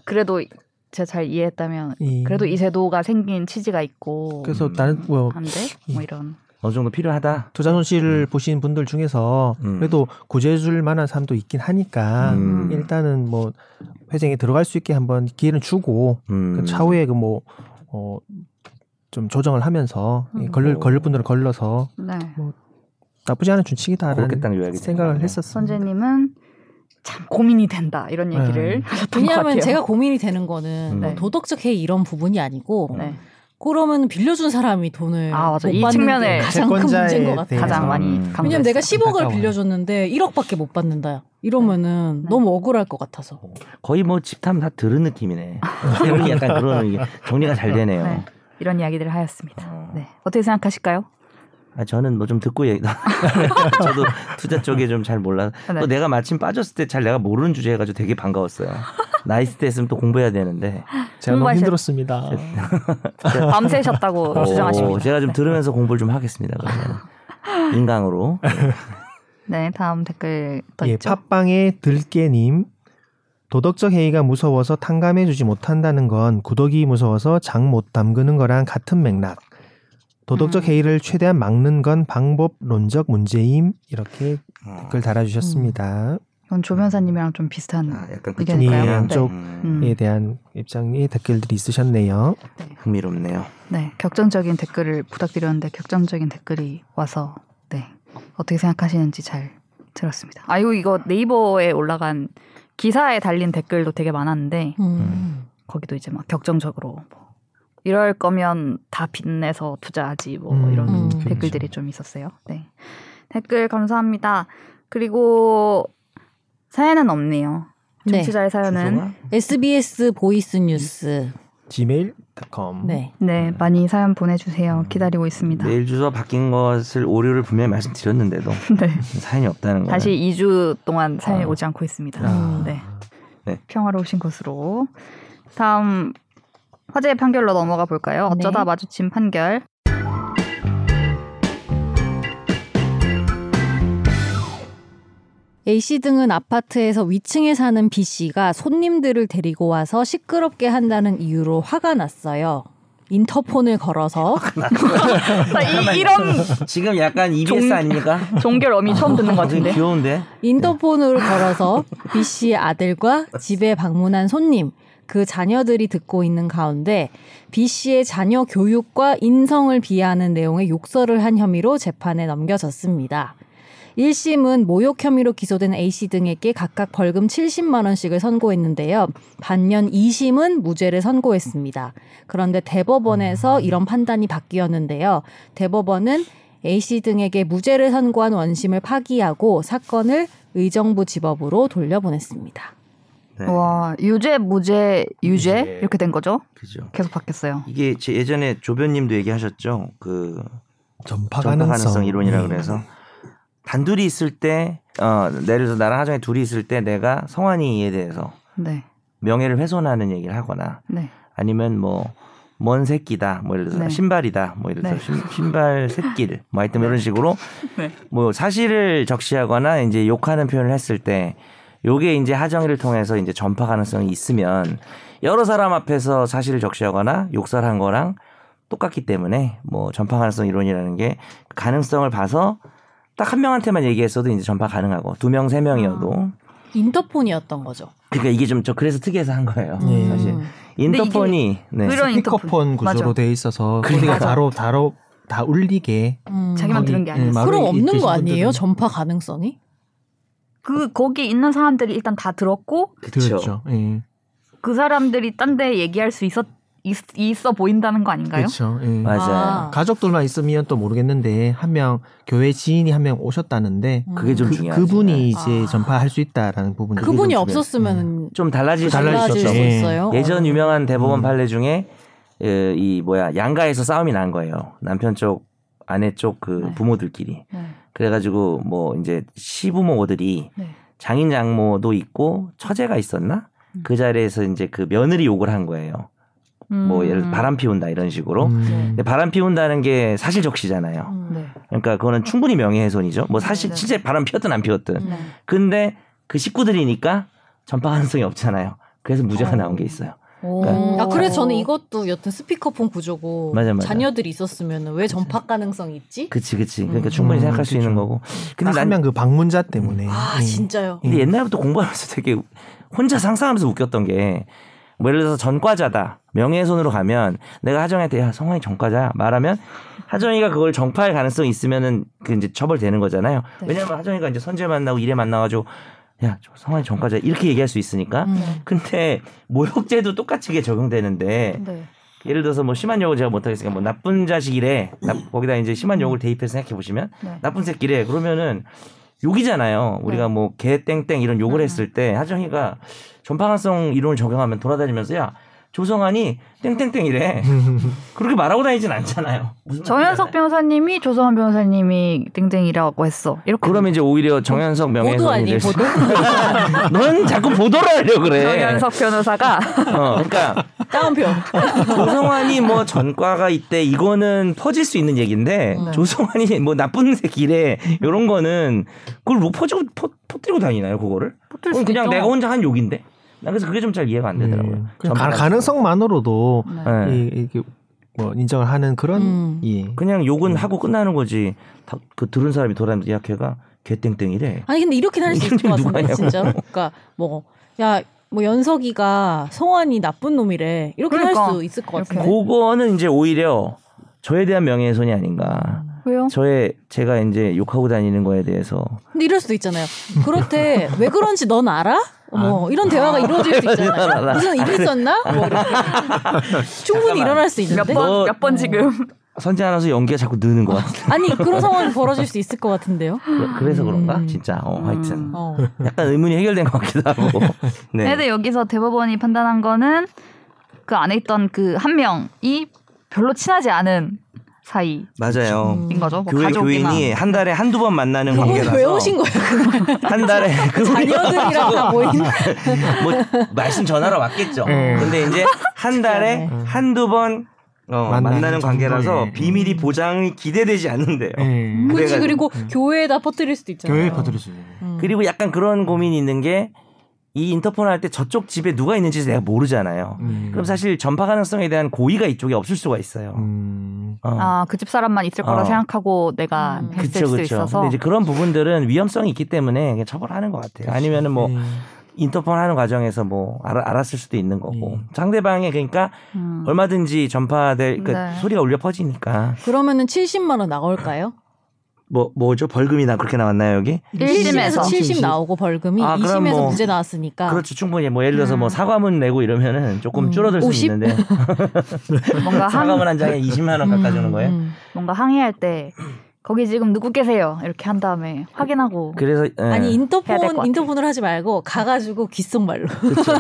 S5: 그래도 제가 잘 이해했다면
S6: 이-
S5: 그래도 이 제도가 생긴 취지가 있고
S6: 그래서
S4: 음.
S6: 나는 뭐
S5: 한데 뭐 이런
S4: 어느 정도 필요하다.
S6: 투자 손실을 보신 분들 중에서
S4: 음.
S6: 그래도 구제해줄 만한 사람도 있긴 하니까
S4: 음.
S6: 일단은 뭐 회장에 들어갈 수 있게 한번 기회는 주고
S4: 음.
S6: 그 차후에 그뭐어좀 조정을 하면서 이 걸릴
S4: 음.
S6: 걸릴 분들은 걸러서
S5: 네
S6: 나쁘지 않은
S4: 그렇게
S6: 준칙이다라는
S4: 딱 요약이
S6: 생각을
S4: 되네요.
S6: 했었어.
S5: 선재님은 참 고민이 된다 이런 얘기를
S6: 네.
S5: 하셨던 것
S2: 왜냐하면
S5: 같아요. 음.
S2: 제가 고민이 되는 거는 뭐
S4: 네.
S2: 도덕적 해이 이런 부분이 아니고
S5: 네.
S2: 그러면 빌려준 사람이 돈을
S5: 아, 맞아.
S2: 못
S5: 이
S2: 받는
S5: 측면에
S2: 게 가장 큰
S6: 채권자에
S2: 문제인 것 같아요.
S6: 대해서.
S5: 가장 많이
S4: 음.
S5: 감사했어요.
S2: 네. 왜냐면 내가 10억을
S6: 안타까워요.
S2: 빌려줬는데 1억밖에 못 받는다. 이러면은
S5: 네.
S2: 너무 억울할 것 같아서.
S4: 거의 뭐 집탐 다 들은 느낌이네. 이런 게 약간 그런 의미. 정리가 잘 되네요.
S5: 네. 이런 이야기들을 하였습니다.
S4: 어.
S5: 네 어떻게 생각하실까요?
S4: 아, 저는 뭐 좀 듣고 얘기. 저도 투자 쪽에 좀 잘 몰라.
S5: 네.
S4: 또 내가 마침 빠졌을 때 잘 내가 모르는 주제 해가지고 되게 반가웠어요. 나이스 때 했으면 또 공부해야 되는데.
S6: 제가 너무
S5: 공부하실-
S6: 힘들었습니다.
S4: 네.
S2: 네.
S5: 밤새셨다고 어, 주장하십니다.
S4: 오, 제가 좀
S5: 네. 아.
S4: 들으면서 공부를 좀 하겠습니다. 그러면 인강으로.
S5: 네, 다음 댓글 또
S6: 예,
S5: 있죠.
S6: 팟빵의 들깨님 도덕적 해이가 무서워서 탕감해주지 못한다는 건 구덕이 무서워서 장 못 담그는 거랑 같은 맥락. 도덕적
S5: 음.
S6: 해이를 최대한 막는 건 방법론적 문제임 이렇게 댓글
S5: 음.
S6: 달아주셨습니다.
S5: 이건 조 변사님이랑 좀 비슷한
S4: 아, 약간
S5: 이게
S4: 그쪽에
S5: 될까요?
S4: 대한
S5: 네.
S6: 쪽.
S4: 음,
S5: 음.
S6: 에 대한 입장의 댓글들이 있으셨네요.
S4: 흥미롭네요.
S5: 네, 격정적인 댓글을 부탁드렸는데 격정적인 댓글이 와서 네 어떻게 생각하시는지 잘 들었습니다. 아이고 이거 네이버에 올라간 기사에 달린 댓글도 되게 많았는데
S2: 음.
S5: 거기도 이제 막 격정적으로 뭐 이럴 거면 다 빚내서 투자하지 뭐
S6: 음,
S5: 이런
S2: 음.
S5: 댓글들이 좀 있었어요. 네. 댓글 감사합니다. 그리고 사연은 없네요.
S2: 네.
S5: 청취자의 사연은
S4: 주소가
S2: SBS 보이스 뉴스.
S6: gmail.com
S2: 네.
S5: 네 많이 사연
S4: 음.
S5: 보내주세요. 기다리고 있습니다.
S4: 메일 주소 바뀐 것을 오류를 분명히 말씀드렸는데도
S5: 네.
S4: 사연이 없다는 거.
S5: 다시 2주 동안 사연이
S4: 아.
S5: 오지 않고 있습니다.
S2: 아.
S5: 네.
S4: 네.
S5: 평화로우신 것으로. 다음 화제의 판결로 넘어가 볼까요? 어쩌다
S2: 네.
S5: 마주친 판결.
S2: A씨 등은 아파트에서 위층에 사는 B씨가 손님들을 데리고 와서 시끄럽게 한다는 이유로 화가 났어요. 인터폰을 걸어서
S5: 아, 이, 이런
S4: 지금 약간 EBS
S5: 종-
S4: 아닙니까?
S5: 종결 어미 처음 듣는 것
S4: 되게
S5: 같은데.
S4: 귀여운데.
S2: 인터폰으로 걸어서 B 씨의 아들과 집에 방문한 손님, 그 자녀들이 듣고 있는 가운데 B 씨의 자녀 교육과 인성을 비하하는 내용의 욕설을 한 혐의로 재판에 넘겨졌습니다. 1심은 모욕 혐의로 기소된 A씨 등에게 각각 벌금 70만원씩을 선고했는데요. 반면 2심은 무죄를 선고했습니다. 그런데 대법원에서 이런 판단이 바뀌었는데요. 대법원은 A씨 등에게 무죄를 선고한 원심을 파기하고 사건을 의정부 집업으로 돌려보냈습니다.
S4: 네.
S5: 와 유죄 무죄 유죄
S6: 유죄.
S5: 이렇게 된 거죠?
S4: 그죠.
S5: 계속 바뀌었어요.
S4: 이게 제 예전에 조변님도 얘기하셨죠. 그
S6: 전파
S4: 전파 가능성 네.
S6: 가능성
S4: 이론이라
S6: 예.
S4: 그래서 단둘이 있을 때, 어, 예를 들어 나랑 하정이 둘이 있을 때 내가 성환이에 대해서
S5: 네,
S4: 명예를 훼손하는 얘기를 하거나
S5: 네,
S4: 아니면 뭐 먼 새끼다, 뭐 예를 들어서
S5: 네.
S4: 신발이다, 뭐 예를 들어서
S5: 네.
S4: 신- 신발 새끼를, 뭐 하여튼 이런 식으로
S5: 네.
S4: 뭐 사실을 적시하거나 이제 욕하는 표현을 했을 때 요게 이제 하정이를 통해서 이제 전파 가능성이 있으면 여러 사람 앞에서 사실을 적시하거나 욕설한 거랑 똑같기 때문에 뭐 전파 가능성 이론이라는 게 가능성을 봐서 딱 한 명한테만 얘기했어도 이제 전파 가능하고 두 명, 세
S5: 아.
S4: 명이어도
S2: 인터폰이었던 거죠. 음.
S4: 그러니까 이게 좀 저 그래서 특이해서 한 거예요.
S6: 예.
S4: 사실 인터폰이 네.
S6: 피커폰
S5: 이런 인터폰.
S6: 구조로
S5: 맞아.
S6: 돼 있어서 소리가
S5: 맞아.
S6: 바로 바로 다 울리게
S2: 음.
S5: 자기만
S6: 거기,
S5: 들은 게 아니었어.
S6: 음, 마루에
S2: 그럼 없는
S6: 계신
S2: 거 아니에요?
S6: 분들은
S2: 전파 가능성이?
S5: 그 거기 있는 사람들이 일단 다 들었고
S6: 들었죠. 예.
S5: 그 사람들이 딴 데 얘기할 수 있었 있, 있어 보인다는 거 아닌가요?
S6: 그렇죠. 예.
S4: 맞아요.
S2: 아.
S6: 가족들만 있으면 또 모르겠는데 한 명 교회 지인이 한 명 오셨다는데
S4: 그게 좀 네.
S6: 그,
S4: 중요하죠.
S6: 그분이 이제
S2: 아.
S6: 전파할 수 있다라는 부분.
S2: 그분이 없었으면
S4: 좀 음. 달라질 수
S6: 달라질
S4: 있었죠.
S2: 달라질 수
S6: 예.
S2: 있어요.
S4: 예전 유명한 대법원
S6: 음.
S4: 판례 중에 에, 이 뭐야 양가에서 싸움이 난 거예요. 남편 쪽 아내 쪽 그
S5: 네.
S4: 부모들끼리.
S5: 네.
S4: 그래가지고 뭐 이제 시부모들이
S5: 네.
S4: 장인 장모도 있고 처제가 있었나?
S5: 음.
S4: 그 자리에서 이제 그 며느리 욕을 한 거예요.
S5: 음.
S4: 뭐 예를 들어 바람 피운다 이런 식으로.
S6: 음.
S4: 근데 바람 피운다는 게 사실 적시잖아요.
S2: 음.
S5: 네.
S4: 그러니까 그거는 충분히 명예훼손이죠. 뭐 사실
S5: 네네.
S4: 진짜 바람 피웠든 안
S5: 네.
S4: 피웠든.
S2: 음.
S4: 근데 그 식구들이니까 전파 가능성이 없잖아요. 그래서 무죄가
S5: 어.
S4: 나온 게 있어요. 네.
S5: 오.
S2: 아 그래서 저는 이것도 여튼 스피커폰 구조고
S4: 그러니까 맞아, 맞아.
S2: 자녀들이 있었으면 왜 전파 가능성이 있지?
S4: 그치 그치.
S2: 음.
S4: 그러니까 충분히 생각할 수
S6: 그쵸.
S4: 있는 거고. 근데 난
S6: 한명그 방문자 때문에.
S2: 아
S4: 음.
S6: 예.
S2: 진짜요?
S4: 근데 옛날부터 공부하면서 되게 혼자 상상하면서 웃겼던 게, 뭐 예를 들어서 전과자다. 명예훼손으로 가면 내가 하정이한테 야, 성환이 전과자 말하면 하정이가 그걸 전파할 가능성이 있으면은 그 이제 처벌되는 거잖아요.
S5: 네.
S4: 왜냐면 하정이가 이제 선제 만나고 일에 만나가지고 야, 저 성환이 전과자 이렇게 얘기할 수 있으니까.
S2: 음.
S4: 근데 모욕죄도 똑같이 이게 적용되는데
S5: 네.
S4: 예를 들어서 뭐 심한 욕을 제가 못하겠으니까 뭐 나쁜 자식이래 나- 거기다 이제 심한 욕을 대입해서 생각해 보시면
S5: 음. 네.
S4: 나쁜 새끼래 그러면은 욕이잖아요 우리가 뭐 개 땡땡 이런 욕을
S5: 음.
S4: 했을 때 하정이가 전파가능성 이론을 적용하면 돌아다니면서 야 조성환이 땡땡땡이래 그렇게 말하고 다니진 않잖아요 무슨
S5: 정현석
S4: 말인지 알아요?
S5: 변호사님이 조성한 변호사님이 땡땡이라고 했어. 이렇게
S4: 그러면 이제 오히려 정현석
S2: 보도
S4: 명예훼손이
S2: 아니
S4: 될수
S2: 보도?
S4: 넌 자꾸 보도를 하려 그래
S5: 정현석 변호사가
S4: 어, 그러니까
S2: 다운표.
S4: 조성환이 뭐 전과가 있대 이거는 퍼질 수 있는 얘기인데
S2: 네.
S4: 조성환이 뭐 나쁜 새끼래 이런 거는 그걸 뭐 퍼지고 퍼, 퍼뜨리고 다니나요 그거를?
S5: 붙을
S4: 그건
S5: 수도
S4: 그냥
S5: 있죠.
S4: 내가 혼자 한 욕인데 나 그래서 그게 좀 잘 이해가 안 되더라고요.
S6: 예. 그냥
S4: 전파가-
S6: 가, 능성만으로 음. 도
S5: 네.
S4: 예.
S6: 이, 이게 뭐 인정을 하는 그런
S2: 음.
S6: 예.
S4: 그냥 욕은 하고 끝나는 거지. 다, 그 들은 사람이 돌아다니면서 야 걔가 개땡땡이래.
S2: 아니 근데 이렇게 는 할 수 있을 것
S4: 누가
S2: 같은데
S4: 하냐고.
S2: 진짜로. 그러니까 뭐 야 뭐 연석이가 성환이 나쁜 놈이래 이렇게 는 할
S5: 그러니까.
S2: 수 있을 것
S5: 이렇게.
S2: 같은데.
S4: 그거는 이제 오히려 저에 대한 명예훼손이 아닌가.
S5: 왜요?
S4: 저의 제가 이제 욕하고 다니는 거에 대해서
S2: 근데 이럴 수도 있잖아요. 그렇대 왜 그런지 넌 알아? 뭐 이런 대화가 이루어질 수 있잖아요. 무슨 일 있었나? 뭐 이렇게. 충분히
S4: 잠깐만.
S2: 일어날 수 있는데.
S5: 몇번
S4: 뭐-
S5: 몇 번 지금
S4: 선지 하나서 연기가 자꾸 느는 것 같아.
S2: 아니 그런 상황이 벌어질 수 있을 것 같은데요.
S4: 그래- 그래서 그런가?
S2: 음.
S4: 진짜. 어, 하여튼.
S5: 음.
S2: 어.
S4: 약간 의문이 해결된 것 같기도 하고. 네.
S5: 근데 여기서 대법원이 판단한 거는 그 안에 있던 그 한 명이 별로 친하지 않은 사이인
S4: 맞아요.
S2: 음.
S5: 거죠. 뭐
S4: 교회
S5: 가족이나
S4: 교인이 한 달에 한두 번 만나는
S2: 이거
S4: 관계라서
S2: 왜 오신 거예요?
S4: 한 달에 그
S2: 자녀들이랑 다 모인.
S4: 뭐 말씀 전하러 왔겠죠.
S6: 네.
S4: 근데 이제 한 달에
S2: 네.
S4: 한두 번 어,
S6: 만나는
S4: 만나는 관계라서
S6: 정도의. 음.
S4: 비밀이 보장이 기대되지 않는데요.
S6: 예.
S5: 음.
S2: 그렇지
S4: 그래가지고.
S2: 그리고 교회에다 퍼뜨릴 수도 있잖아요.
S6: 교회에 퍼뜨릴 수 있는.
S2: 음.
S4: 그리고 약간 그런 고민이 있는 게 이 인터폰 할 때 저쪽 집에 누가 있는지 내가 모르잖아요.
S6: 음.
S4: 그럼 사실 전파 가능성에 대한 고의가 이쪽에 없을 수가 있어요.
S6: 음.
S4: 어.
S5: 아, 그 집 사람만 있을 거라
S4: 어.
S5: 생각하고 내가
S2: 음.
S5: 했을
S4: 그쵸
S5: 수도
S4: 그쵸.
S5: 있어서
S4: 근데 이제 그런 부분들은 위험성이 있기 때문에 그냥 처벌하는 것 같아요. 아니면은 뭐
S6: 예.
S4: 인터폰 하는 과정에서 뭐 알아, 알았을 수도 있는 거고
S6: 음.
S4: 상대방의 그러니까
S5: 음.
S4: 얼마든지 전파될 그
S5: 네.
S4: 소리가 울려 퍼지니까
S2: 그러면은 70만 원 나올까요?
S4: 뭐 뭐죠 벌금이나 그렇게 나왔나요 여기?
S5: 일심에서.
S2: 70 나오고 벌금이
S4: 아,
S2: 이
S4: 그럼
S2: 2심에서
S4: 뭐-
S2: 무죄 나왔으니까.
S4: 그렇죠 충분히 뭐 예를 들어서 뭐
S5: 음.
S4: 사과문 내고 이러면은 조금
S2: 아. 음.
S4: 줄어들 수
S2: 50?
S4: 있는데
S5: 뭔가 항
S4: 사과문 한 장에 20만 원 깎아 주는 거예요.
S2: 음.
S5: 뭔가 항의할 때 거기 지금 누구 계세요 이렇게 한 다음에 확인하고
S4: 그래서 예.
S2: 아니
S5: 해야 될것
S2: 인터폰
S5: 같아.
S2: 인터폰을 하지 말고 가가지고 귓속말로.
S4: 그렇죠.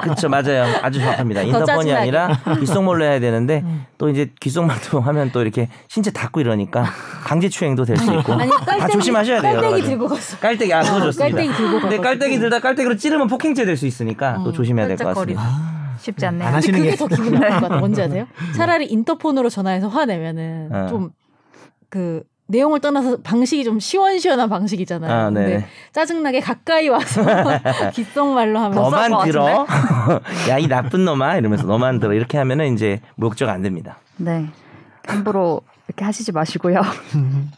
S4: 그렇죠 맞아요 아주 정확합니다 인터폰이
S2: 짜증나게.
S4: 아니라 귓속말로 해야 되는데
S2: 음.
S4: 또 이제 귓속말로 하면 또 이렇게 신체 닿고 이러니까 강제추행도 될 수 있고
S2: 아니
S4: 다 조심하셔야 돼요. 여러
S2: 깔때기
S4: 가지.
S2: 들고 갔어.
S4: 깔때기 아 그거 좋습니다.
S2: 깔때기 들고 갔어.
S4: 근데 깔때기 들다 깔때기로 찌르면 폭행죄 될 수 있으니까 또
S2: 음,
S4: 조심해야 될 것
S5: 깔짝거리다.
S4: 같습니다.
S5: 쉽지 않네요.
S6: 안 하시-
S2: 근데 그게
S6: 하시는 게-
S2: 더 기분 나쁜
S4: 네.
S2: 것 같아. 뭔지 아세요? 차라리 인터폰으로 전화해서 화내면은
S4: 어.
S2: 좀 그 내용을 떠나서 방식이 좀 시원시원한 방식이잖아요.
S4: 아,
S2: 근데
S4: 네.
S2: 짜증나게 가까이 와서 귓속말로 하면 서
S4: 너만
S5: 것
S4: 들어. 야 이 나쁜 놈아 이러면서 너만 들어. 이렇게 하면은 이제 목적 안 됩니다.
S5: 네, 함부로 이렇게 하시지 마시고요.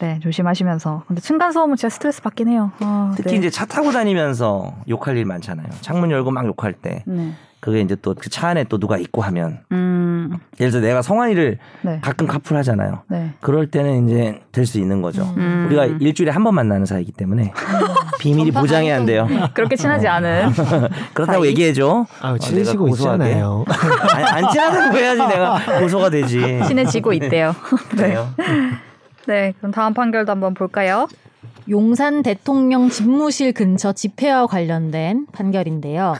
S5: 네, 조심하시면서. 근데 층간 소음은 진짜 스트레스 받긴 해요. 아,
S4: 특히
S5: 네.
S4: 이제 차 타고 다니면서 욕할 일 많잖아요. 창문 열고 막 욕할 때
S5: 네.
S4: 그게 이제 또 그 차 안에 또 누가 있고 하면
S5: 음,
S4: 예를 들어 내가 성환이를
S5: 네.
S4: 가끔 카풀하잖아요.
S5: 네.
S4: 그럴 때는 이제 될 수 있는 거죠.
S5: 음.
S4: 우리가 일주일에 한 번 만나는 사이이기 때문에 비밀이 보장이 안 돼요.
S5: 그렇게 친하지 않은
S4: 그렇다고
S5: 사이?
S4: 얘기해 줘. 어,
S6: 아, 친해지고 있잖아요.
S4: 아니, 안 친하다고 해야지 내가 고소가 되지.
S5: 친해지고 있대요.
S4: 그래요.
S5: 네, 그럼 다음 판결도 한번 볼까요?
S2: 용산 대통령 집무실 근처 집회와 관련된 판결인데요.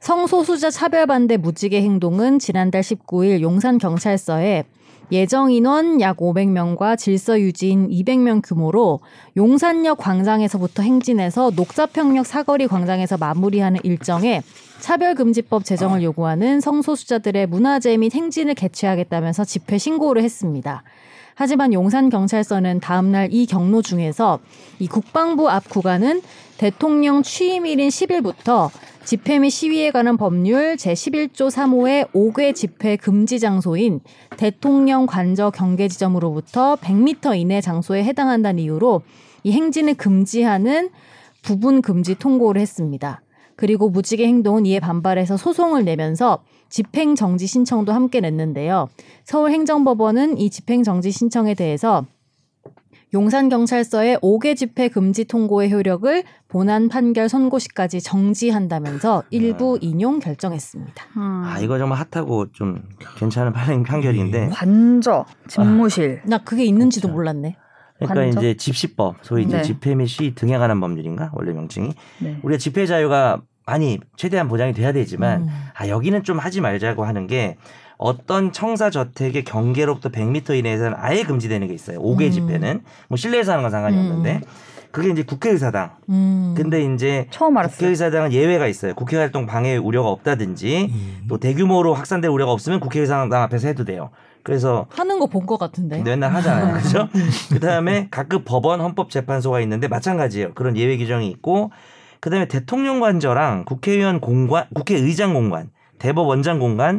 S2: 성소수자 차별반대 무지개 행동은 지난달 19일 용산 경찰서에 예정 인원 약 500명과 질서 유지인 200명 규모로 용산역 광장에서부터 행진해서 녹사평역 사거리 광장에서 마무리하는 일정에 차별금지법 제정을 요구하는 성소수자들의 문화재 및 행진을 개최하겠다면서 집회 신고를 했습니다. 하지만 용산경찰서는 다음날 이 경로 중에서 이 국방부 앞 구간은 대통령 취임일인 10일부터 집회 및 시위에 관한 법률 제11조 3호의 5개 집회 금지 장소인 대통령 관저 경계 지점으로부터 100m 이내 장소에 해당한다는 이유로 이 행진을 금지하는 부분 금지 통고를 했습니다. 그리고 무지개 행동은 이에 반발해서 소송을 내면서 집행 정지 신청도 함께 냈는데요. 서울행정법원은 이 집행 정지 신청에 대해서 용산경찰서의 5개 집회 금지 통고의 효력을 본안 판결 선고시까지 정지한다면서
S4: 음.
S2: 일부 인용 결정했습니다.
S4: 아 이거 정말 핫하고 좀 괜찮은 판-
S5: 음,
S4: 판결인데.
S5: 관저, 집무실.
S2: 나 그게 있는지도
S4: 그렇죠.
S2: 몰랐네.
S4: 그러니까
S5: 관저?
S4: 이제 집시법, 소위 이제
S5: 네.
S4: 집회 및 시위 등에 관한 법률인가 원래 명칭이.
S5: 네.
S4: 우리가 집회 자유가 많이 최대한 보장이 돼야 되지만
S2: 음.
S4: 아 여기는 좀 하지 말자고 하는 게 어떤 청사 저택의 경계로부터 100m 이내에서는 아예 금지되는 게 있어요. 5개
S2: 음.
S4: 집회는 뭐 실내에서 하는 건 상관이
S2: 음.
S4: 없는데 그게 이제 국회의사당.
S2: 음.
S4: 근데 이제
S5: 처음 알았어요.
S4: 국회의사당은 예외가 있어요. 국회 활동 방해 우려가
S6: 음.
S4: 없다든지
S6: 예.
S4: 또 대규모로 확산될 우려가 없으면 국회의사당 앞에서 해도 돼요. 그래서
S2: 하는 거 본 것 같은데.
S5: 네?
S4: 맨날 하잖아요. 그죠? 그 다음에 각급 법원 헌법재판소가 있는데 마찬가지예요. 그런 예외 규정이 있고, 그 다음에 대통령 관저랑 국회의원 공관, 국회의장 공관, 대법원장 공관,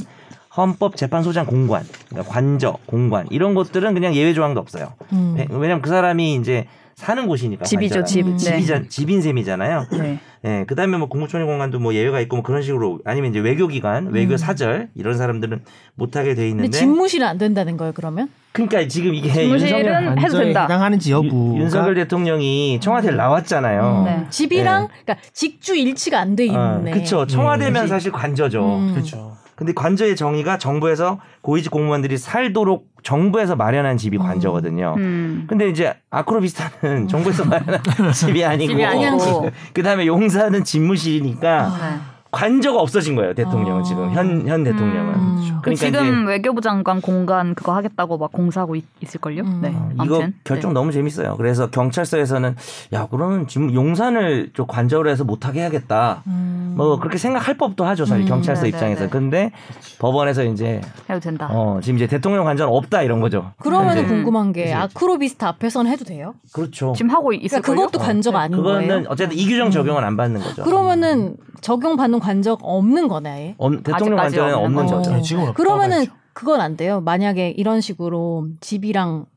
S4: 헌법재판소장 공관, 그러니까 관저, 공관, 이런 것들은 그냥 예외 조항도 없어요.
S2: 음.
S4: 왜- 왜냐면 그 사람이 이제 사는 곳이니까.
S5: 집이죠,
S4: 관저라는
S5: 집.
S4: 게.
S5: 네.
S4: 집이자, 집인 셈이잖아요.
S5: 네.
S4: 예, 그 다음에 뭐 국무총리 공관도 뭐 예외가 있고 뭐 그런 식으로 아니면 이제 외교기관, 외교
S2: 음.
S4: 사절 이런 사람들은 못하게 돼
S2: 근데
S4: 있는데.
S2: 집무실은 안 된다는 거예요, 그러면?
S4: 그러니까 지금 이게 윤석열
S5: 집무실은 해도
S6: 관저에
S5: 된다.
S6: 해당하는지 그러니까 여부가
S4: 유- 윤석열 대통령이 청와대를 나왔잖아요.
S2: 음.
S5: 네.
S2: 집이랑 그러니까 직주 일치가 안 돼 있네.
S4: 그렇죠. 청와대면
S6: 네.
S4: 사실 관저죠.
S2: 음.
S6: 그렇죠.
S4: 근데 관저의 정의가 정부에서 고위직 공무원들이 살도록 정부에서 마련한 집이
S2: 음.
S4: 관저거든요.
S5: 음.
S4: 근데 이제 아크로비스타는 정부에서 마련한 집이 아니고 어.
S5: 집이 아니고.
S4: 그다음에 용사는 집무실이니까
S5: 네.
S4: 관저가 없어진 거예요. 대통령은
S2: 어.
S4: 지금 현 현 대통령은.
S2: 음.
S5: 그
S4: 그러니까
S5: 지금 외교부 장관 공간 그거 하겠다고 막 공사하고 있, 을걸요
S2: 음.
S5: 네.
S2: 어,
S4: 이거
S5: 아무튼.
S4: 결정
S5: 네.
S4: 너무 재밌어요. 그래서 경찰서에서는 야 그러면 지금 용산을 좀 관저로 해서 못하게 해야겠다.
S2: 음.
S4: 뭐 그렇게 생각할 법도 하죠 사실
S2: 음,
S4: 경찰서
S5: 네네네. 그렇죠. 아.
S4: 입장에서 근데 법원에서 이제
S5: 해도 된다.
S4: 어 지금 이제 대통령 관전 없다 이런 거죠
S2: 그러면
S4: 이제.
S5: 네.
S2: 궁금한 게
S4: 그래서
S2: 아크로비스타 앞에서는 해도 돼요?
S4: 그렇죠
S5: 지금 하고 있을
S2: 그러니까
S5: 걸요. 음.
S2: 그것도 관저가 아닌 거예요?
S4: 어, 네. 그거는 어쨌든 이 규정 적용은 안 받는 거죠
S2: 그러면은 적용받는 관적 없는 거네.
S4: 엄- 대통령
S5: 아직까지
S4: 관전은
S5: 없는 어,
S4: 없는
S2: 거죠.
S4: 거죠
S2: 네,
S6: 지금 없다고
S2: 그러면은
S6: 봐야죠.
S2: 그건 안 돼요. 만약에 이런 식으로 집이랑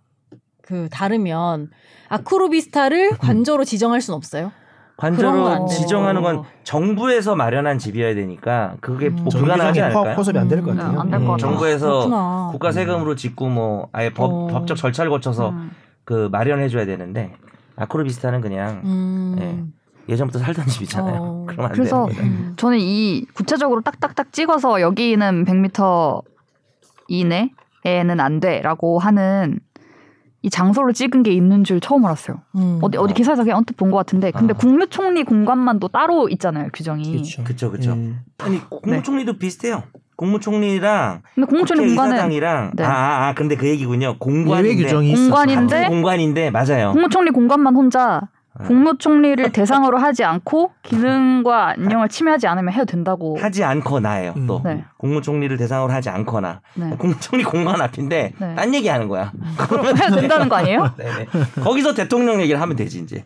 S2: 그 다르면 아크로비스타를
S4: 음.
S2: 관저로 지정할 순 없어요. 그런 건안
S4: 관저로
S2: 되는
S4: 지정하는
S5: 거예요.
S4: 건 정부에서 마련한 집이어야 되니까 그게
S5: 음.
S4: 뭐
S6: 정규
S4: 불가능하지
S6: 정부
S4: 않을까요?
S6: 포섭이 안 될 것
S2: 음,
S6: 같아요.
S5: 안될것
S6: 예.
S5: 같아요.
S4: 정부에서
S2: 그렇구나.
S4: 국가 세금으로 짓고 뭐 아예 법,
S2: 어.
S4: 법적 절차를 거쳐서
S5: 음.
S4: 그 마련해 줘야 되는데 아크로비스타는 그냥
S2: 음.
S4: 네. 예전부터 살던 집이잖아요.
S2: 어.
S4: 그럼 안
S5: 그래서
S4: 돼요.
S2: 음.
S5: 저는 이 구체적으로 딱딱딱 찍어서 여기는 100m 이내에는 안 돼라고 하는 이 장소를 찍은 게 있는 줄 처음 알았어요.
S2: 음.
S5: 어디 어디 기사에서 그냥 언뜻 본 것 같은데 근데
S4: 아.
S5: 국무총리 공간만 또 따로 있잖아요 규정이.
S6: 그렇죠.
S4: 그쵸 그쵸.
S6: 예.
S4: 아니 국무총리도 비슷해요. 국무총리랑
S5: 근데 국무총리 공간은
S4: 공관이랑
S5: 네.
S4: 아, 아, 아 근데 그 얘기 군요 공관인데
S6: 예외 규정이
S5: 공관인데 음.
S6: 있어서.
S4: 같은 공관인데 맞아요.
S5: 국무총리 공간만 혼자
S4: 어.
S5: 국무총리를 대상으로 하지 않고 기능과 안녕을 침해하지 않으면 해도 된다고.
S4: 하지 않고 나예요.
S6: 음.
S4: 또
S5: 네.
S4: 국무총리를 대상으로 하지 않거나
S5: 네.
S4: 국무총리 공관 앞인데
S5: 네.
S4: 딴 얘기하는 거야. 그러면
S5: 해도 된다는 거 아니에요?
S4: 네네. 거기서 대통령 얘기를 하면 되지 이제.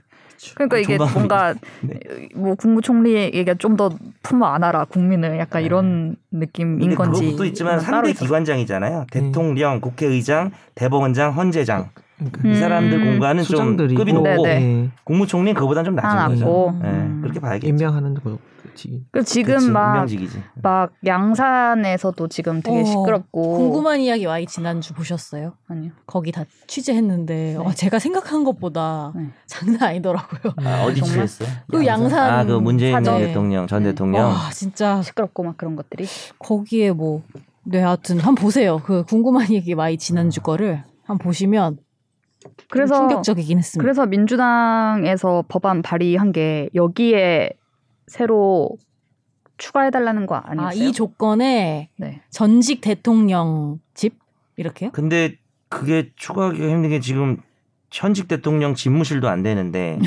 S5: 그러니까 이게
S4: 존박이.
S5: 뭔가
S4: 네.
S5: 뭐 국무총리에게 좀 더 품어 안아라 국민을 약간
S4: 네.
S5: 이런 느낌인
S4: 근데
S5: 건지.
S4: 그것도 있지만
S5: 따로
S4: 3대
S5: 있어서.
S6: 음.
S4: 기관장이잖아요. 대통령, 국회의장, 대법원장, 헌재장
S6: 그러니까
S5: 음.
S4: 이 사람들 공간은 좀
S6: 수장들이고
S4: 급이 높고
S5: 네, 네.
S6: 예.
S4: 국무총리 는 그보다는 좀 낮은
S5: 안
S4: 거죠.
S5: 안고.
S4: 예,
S5: 음.
S4: 그렇게 봐야겠죠.
S6: 임명하는 거
S3: 지-
S5: 그
S4: 그치,
S5: 지금 막
S4: 운명직이지.
S5: 막 양산에서도 지금 되게
S2: 어,
S5: 시끄럽고
S2: 궁금한 이야기 와이 지난주 보셨어요?
S5: 아니요.
S2: 거기 다 취재했는데 와, 제가 생각한 것보다
S5: 네.
S2: 장난 아니더라고요.
S4: 아, 어디
S5: 정말?
S4: 취했어?
S2: 그 양산 어.
S4: 아그 문재인
S2: 사정.
S4: 대통령 전
S5: 네.
S4: 대통령.
S2: 와 진짜
S5: 시끄럽고 막 그런 것들이
S2: 거기에 뭐, 네, 하여튼 한번 보세요. 그 궁금한 얘기 많이 지난주 거를 한번 보시면 그
S5: 그래서
S2: 충격적이긴 했습니다.
S5: 그래서 민주당에서 법안 발의한 게 여기에 새로 추가해달라는 거 아니었어요?
S2: 아, 이 조건에
S5: 네.
S2: 전직 대통령 집 이렇게요?
S4: 근데 그게 추가하기가 힘든 게 지금 현직 대통령 집무실도 안 되는데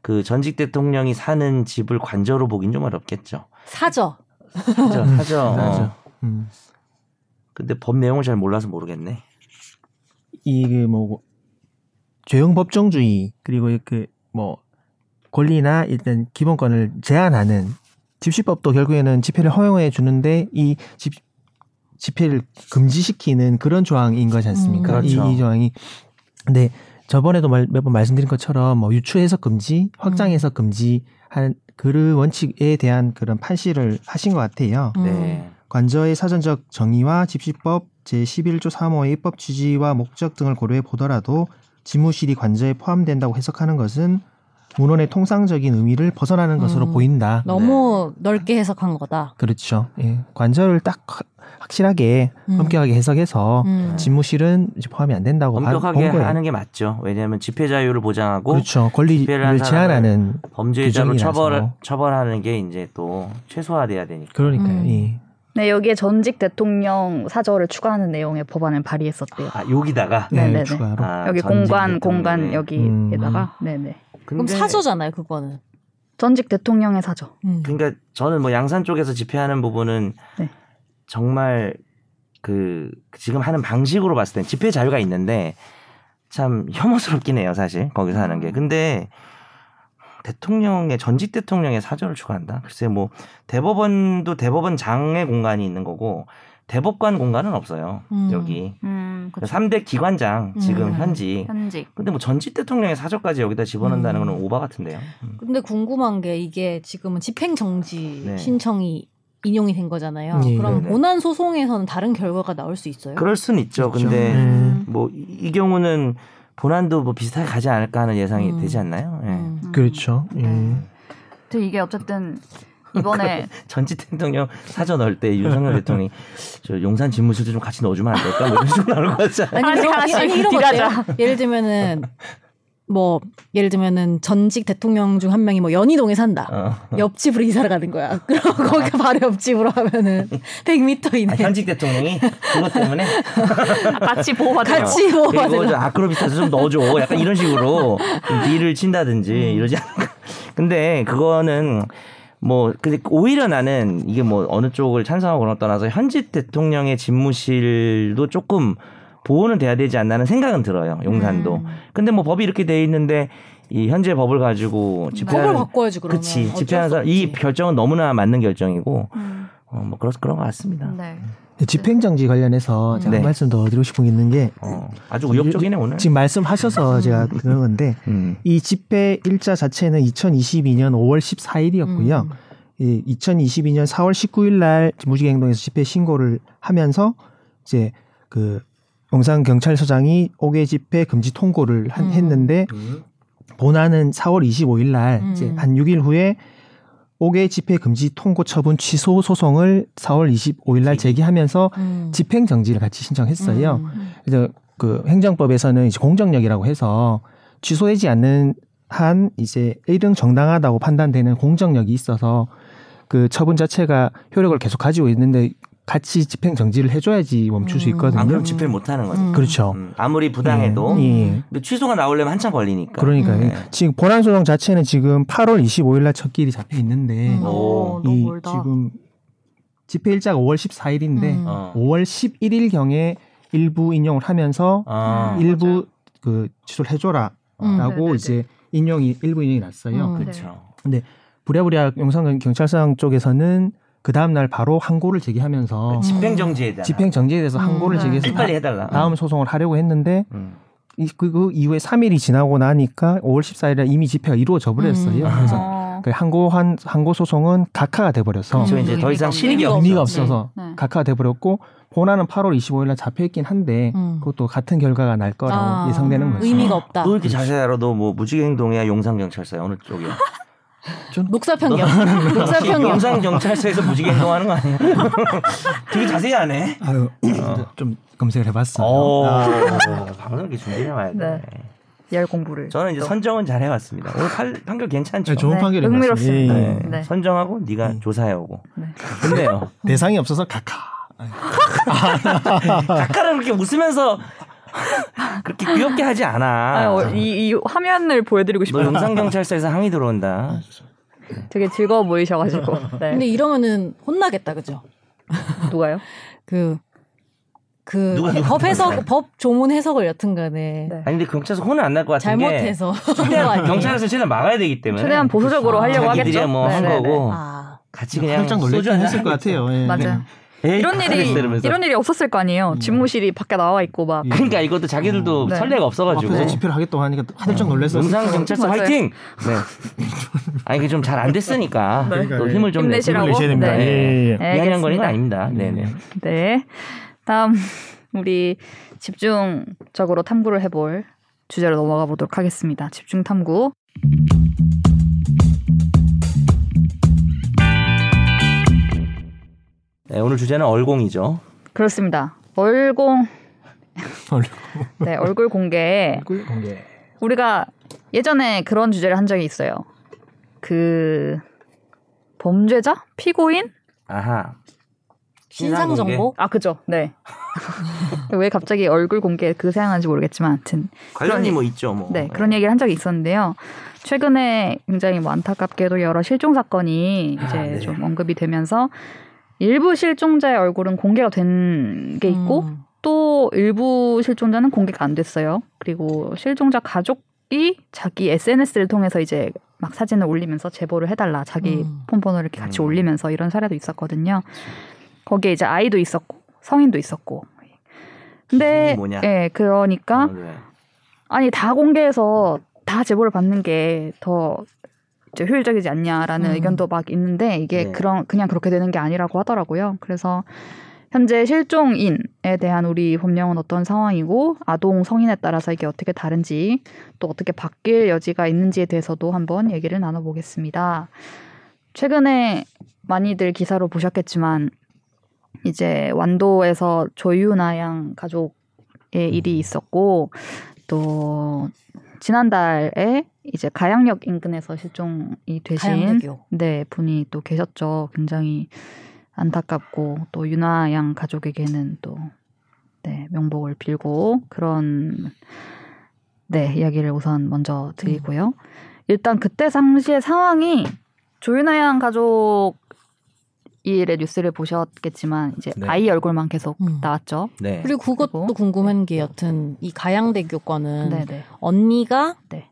S4: 그 전직 대통령이 사는 집을 관저로 보긴 좀 어렵겠죠.
S2: 사저.
S4: 사죠. 사죠. 어.
S3: 맞아. 음.
S4: 근데 법 내용을 잘 몰라서 모르겠네.
S3: 이게 뭐
S6: 그 죄형 법정주의 그리고 그 뭐 권리나 일단 기본권을 제한하는 집시법도 결국에는 집회를 허용해 주는데 이 집, 집회를 금지시키는 그런 조항인 거지 않습니까?
S4: 음.
S6: 이,
S4: 그렇죠.
S6: 이 조항이 근데 저번에도 몇 번 말씀드린 것처럼 뭐 유추 해석 금지, 확장
S4: 음.
S6: 해석 금지 한 그 원칙에 대한 그런 판시를 하신 것 같아요.
S2: 음.
S4: 네.
S6: 관저의 사전적 정의와 집시법 제11조 3호의 입법 취지와 목적 등을 고려해 보더라도 집무실이 관저에 포함된다고 해석하는 것은 문헌의 통상적인 의미를 벗어나는 것으로
S2: 음.
S6: 보인다.
S2: 너무 넓게 해석한 거다.
S6: 그렇죠. 예. 관저를 딱 확- 확실하게
S2: 음.
S6: 엄격하게 해석해서
S2: 음.
S6: 집무실은 이제 포함이 안 된다고 봐-
S4: 엄격하게
S6: 아, 본 거예요.
S4: 하는 게 맞죠. 왜냐하면 집회 자유를 보장하고
S6: 그렇죠. 권리를
S4: 집회를 한
S6: 제한하는
S4: 범죄자로
S6: 규정이라서.
S4: 처벌 처벌하는 게 이제 또 최소화돼야 되니까.
S6: 그러니까요.
S2: 음.
S6: 예.
S5: 네, 여기에 전직 대통령 사절을 추가하는 내용의 법안을 발의했었대요.
S4: 아 여기다가
S6: 예,
S5: 네네네.
S6: 추가로.
S4: 아,
S5: 여기
S4: 전직
S5: 공간
S4: 대통령의.
S5: 공간 여기에다가 네네
S2: 그럼
S4: 네. 근데
S2: 사저잖아요, 그거는.
S5: 전직 대통령의 사절.
S2: 음.
S4: 그러니까 저는 뭐 양산 쪽에서 집회하는 부분은
S5: 네.
S4: 정말 그 지금 하는 방식으로 봤을 땐 집회 자유가 있는데 참 혐오스럽긴 해요 사실 거기서 하는 게 근데 대통령의 전직 대통령의 사절을 추가한다 글쎄 뭐 대법원도 대법원장의 공간이 있는 거고 대법관 공간은 없어요
S2: 음.
S4: 여기
S5: 음, 그쵸.
S4: 삼대 기관장 지금
S2: 음.
S4: 현직
S5: 현직.
S4: 근데 뭐 전직 대통령의 사절까지 여기다 집어넣는다는
S2: 음.
S4: 건 오바 같은데요 음.
S2: 근데 궁금한 게 이게 지금은 집행정지
S4: 네.
S2: 신청이 인용이 된 거잖아요.
S6: 예,
S2: 그럼
S4: 네네.
S2: 보난 소송에서는 다른 결과가 나올 수 있어요?
S4: 그럴 순 있죠
S6: 그렇죠.
S4: 근데
S2: 음.
S4: 뭐 이 경우는 본안도 뭐 비슷하게 가지 않을까 하는 예상이
S2: 음.
S4: 되지 않나요? 예.
S2: 음.
S6: 그렇죠. 예.
S5: 네. 근데 이게 어쨌든 이번에
S4: 전직 대통령 사전 넣을 때 윤석열 대통령이 저 용산 집무실도 좀 같이 넣어주면 안 될까? 뭐 이런 식으로 나올 것 같지 않아요?
S2: 아니,
S5: 하나씩
S2: 그런,
S5: 하나씩
S2: 아니 이런 거
S5: 딜하자.
S2: 어때요? 예를 들면은 뭐 예를 들면은 전직 대통령 중 한 명이 뭐 연희동에 산다.
S4: 어.
S2: 옆집으로 이사를 가는 거야. 그럼 거기 바로 옆집으로 하면은 100m
S4: 아,
S2: 이내
S4: 현직 대통령이 그것 때문에
S5: 같이 보호받아.
S2: 같이 뭐
S4: 그리고 저 아크로비스에서 좀 넣어줘. 약간 이런 식으로 좀 딜을
S2: 음.
S4: 친다든지 이러지 않을까. 근데 그거는 뭐 근데 오히려 나는 이게 뭐 어느 쪽을 찬성하고 그런 거 떠나서 현직 대통령의 집무실도 조금 보호는 돼야 되지 않나는 생각은 들어요. 용산도.
S2: 음.
S4: 근데 뭐 법이 이렇게 돼 있는데 이 현재 법을 가지고
S2: 법을
S4: 집회하는
S2: 바꿔야지 그러면.
S4: 그치
S2: 어쩔
S4: 집회하는
S2: 수
S4: 사람 이
S2: 없지.
S4: 결정은 너무나 맞는 결정이고
S5: 음,
S4: 어, 뭐 그런 그런 것 같습니다.
S5: 네.
S6: 집행정지 관련해서 제가
S4: 네.
S6: 말씀 더 드리고 싶은 게 있는 게
S4: 어, 아주 의욕적이네 오늘.
S6: 지금
S2: 음.
S6: 말씀하셔서 제가 그런 건데
S4: 음.
S6: 이 집회 일자 자체는 2022년 5월 14일이었고요.
S2: 음.
S6: 이 2022년 4월 19일 날 무지개 행동에서 집회 신고를 하면서 이제 그 용산 경찰서장이 5개 집회 금지 통고를 한-
S2: 음.
S6: 했는데 본안은 4월 25일 날
S2: 음.
S6: 이제 한 6일 후에 5개 집회 금지 통고 처분 취소 소송을 4월 25일 날 제기하면서
S2: 음.
S6: 집행 정지를 같이 신청했어요.
S2: 음.
S6: 그래서 그 행정법에서는 이제 공정력이라고 해서 취소되지 않는 한 이제 1등 정당하다고 판단되는 공정력이 있어서 그 처분 자체가 효력을 계속 가지고 있는데 같이 집행 정지를 아, 해줘야지 멈출 수
S2: 음.
S6: 있거든요.
S4: 안 아, 그럼 집회 못 하는 거죠.
S2: 음.
S6: 그렇죠.
S4: 음, 아무리 부당해도
S6: 예. 예.
S4: 근데 취소가 나오려면 한참 걸리니까. 네.
S6: 그러니까
S2: 음.
S6: 요 지금 본안 소송 자체는 지금 8월 25일 날 첫길이 잡혀 있는데
S2: 음.
S5: 어,
S4: 오.
S6: 이 지금 집회 일자가 5월 14일인데
S2: 음.
S4: 어.
S6: 5월 11일 경에 일부 인용을 하면서
S4: 아.
S6: 일부
S5: 맞아요.
S6: 그 취소를 해줘라라고
S2: 어, 음.
S5: 네네네.
S6: 이제 인용이 일부 인용이 났어요.
S2: 음.
S4: 그렇죠.
S6: 부랴부랴 용산 경찰서장 쪽에서는 그 다음 날 바로 항고를 제기하면서
S4: 집행 정지에 대한
S6: 어. 집행 아. 정지에 대해서
S2: 음.
S6: 항고를
S5: 네.
S6: 제기해서 다-
S4: 빨리 해달라.
S6: 다음 소송을 하려고 했는데
S4: 음.
S6: 이- 그, 그 이후에 3일이 지나고 나니까 5월 14일에 이미 집회가 이루어져 버렸어요.
S2: 음.
S6: 그래서
S5: 어,
S6: 그 항고 한 항고 소송은 각하가 돼 버려서
S4: 그렇죠. 이제
S5: 음,
S4: 더 이상
S5: 의미가
S4: 실익이
S2: 없네.
S4: 없
S6: 어. 의미가
S4: 어
S6: 없어서
S5: 네, 네.
S6: 각하가 돼 버렸고 본안은 8월 25일 날 잡혀 있긴 한데
S2: 음.
S6: 그것도 같은 결과가 날 거라고
S2: 아,
S6: 어, 예상되는 거죠.
S2: 의미가 없다.
S4: 너 이렇게 자세히 알아? 너뭐 무지개행동이야? 용산경찰서야? 어느 쪽이야?
S2: 녹사평역. 녹사평역.
S4: 네. 용산경찰서에서 무지개행동하는 거 아니야? 되게 자세히 안 해?
S6: 아유,
S4: 어.
S6: 좀 검색을 해봤어요. 아,
S4: 오, 방금 이렇게 준비해와야 돼.
S5: 네. 열 공부를.
S4: 저는 이제
S5: 또.
S4: 선정은 잘 해왔습니다. 오늘 팔- 판결 괜찮죠?
S6: 네, 좋은
S5: 네,
S6: 판결인 것 같습니다.
S5: 흥미롭습니다.
S4: 네.
S6: 예.
S5: 네.
S4: 선정하고 네가
S6: 음.
S4: 조사해오고.
S5: 네.
S4: 근데요.
S6: 대상이 없어서 각하.
S4: 각하를 그렇게 웃으면서 그렇게 귀엽게 하지 않아.
S5: 아, 어, 이, 이 화면을 보여드리고
S4: 너
S5: 싶어요.
S4: 용산경찰서에서 항의
S5: 아,
S4: 들어온다.
S5: 되게 즐거워 보이셔가지고. 네.
S2: 근데 이러면은 혼나겠다, 그죠?
S5: 누가요?
S2: 그, 그,
S4: 누가
S2: 해-
S4: 누가
S2: 법 해석,
S4: 누가.
S2: 법 조문 해석을 여튼 간에
S5: 네.
S4: 아니 근데 경찰서 혼은 안 날 것 같은 게
S2: 잘못해서. 그런 거
S4: 최대한
S2: 아니에요?
S4: 경찰에서 최대한 막아야 되기 때문에 그렇죠.
S5: 최대한 보수적으로 하려고
S4: 자기들이
S5: 하겠죠.
S4: 뭐한
S5: 네네네.
S4: 거고
S2: 아,
S4: 같이 그냥
S6: 깜짝
S4: 소주
S6: 놀랐긴
S4: 한잔
S6: 했을 것 같아요. 예.
S5: 맞아요.
S4: 에이,
S5: 이런 일이
S4: 가겠어, 이러면서. 음.
S5: 이런 일이 없었을 거 아니에요. 집무실이 밖에 나와 있고 막.
S6: 예.
S4: 그러니까 이것도 자기들도
S5: 음. 네.
S4: 설레가 없어가지고
S6: 앞에서 집회를 하겠다고 하니까 화들짝 놀랐어요.
S4: 용산 경찰서
S5: 맞아요.
S4: 화이팅! 네. 아니 이게 좀 잘 안 됐으니까 또 힘을 좀 내-
S5: 네. 힘내시라고.
S4: 힘을
S5: 내셔야 됩니다.
S4: 네.
S5: 예, 예.
S4: 미안한 건
S5: 알겠습니다.
S4: 아닙니다. 네네.
S5: 네. 다음 우리 집중적으로 탐구를 해볼 주제로 넘어가 보도록 하겠습니다. 집중 탐구.
S4: 네, 오늘 주제는 얼공이죠.
S5: 그렇습니다. 얼공.
S6: 얼굴.
S5: 네, 얼굴 공개.
S6: 얼굴 아, 공개.
S5: 우리가 예전에 그런 주제를 한 적이 있어요. 그 범죄자? 피고인?
S4: 아하.
S2: 신상 정보?
S5: 아, 그죠. 네. 왜 갑자기 얼굴 공개 그 생각하는지 모르겠지만 아무튼
S4: 관련이
S5: 그런-
S4: 뭐 있죠, 뭐.
S5: 네, 그런 얘기를 한 적이 있었는데요. 최근에 굉장히 뭐 안타깝게도 여러 실종 사건이 이제
S4: 아, 네.
S5: 좀 언급이 되면서 일부 실종자의 얼굴은 공개가 된 게 있고
S2: 음.
S5: 또 일부 실종자는 공개가 안 됐어요. 그리고 실종자 가족이 자기 SNS를 통해서 이제 막 사진을 올리면서 제보를 해달라. 자기
S2: 음.
S5: 폰 번호를 이렇게 같이
S4: 음.
S5: 올리면서 이런 사례도 있었거든요. 거기에 이제 아이도 있었고 성인도 있었고. 근데
S4: 기준이 뭐냐?
S5: 예, 그러니까
S4: 네.
S5: 아니 다 공개해서 다 제보를 받는 게 더 이제 효율적이지 않냐라는
S2: 음.
S5: 의견도 막 있는데 이게
S4: 네.
S5: 그런 그냥 그렇게 되는 게 아니라고 하더라고요. 그래서 현재 실종인에 대한 우리 법령은 어떤 상황이고 아동 성인에 따라서 이게 어떻게 다른지 또 어떻게 바뀔 여지가 있는지에 대해서도 한번 얘기를 나눠보겠습니다. 최근에 많이들 기사로 보셨겠지만 이제 완도에서 조유나 양 가족의 일이 있었고 또 지난달에 이제 가양역 인근에서 실종이 되신
S2: 가양대교.
S5: 네 분이 또 계셨죠. 굉장히 안타깝고 또 유나 양 가족에게는 또 네, 명복을 빌고 그런 네 이야기를 우선 먼저 드리고요. 일단 그때 당시의 상황이 조윤아 양 가족 일의 뉴스를 보셨겠지만 이제
S4: 네.
S5: 아이 얼굴만 계속
S2: 음.
S5: 나왔죠.
S4: 네.
S2: 그리고 그것도
S5: 그리고-
S2: 궁금한 게 여튼 이 가양대교 건은
S5: 네네
S2: 언니가
S5: 네.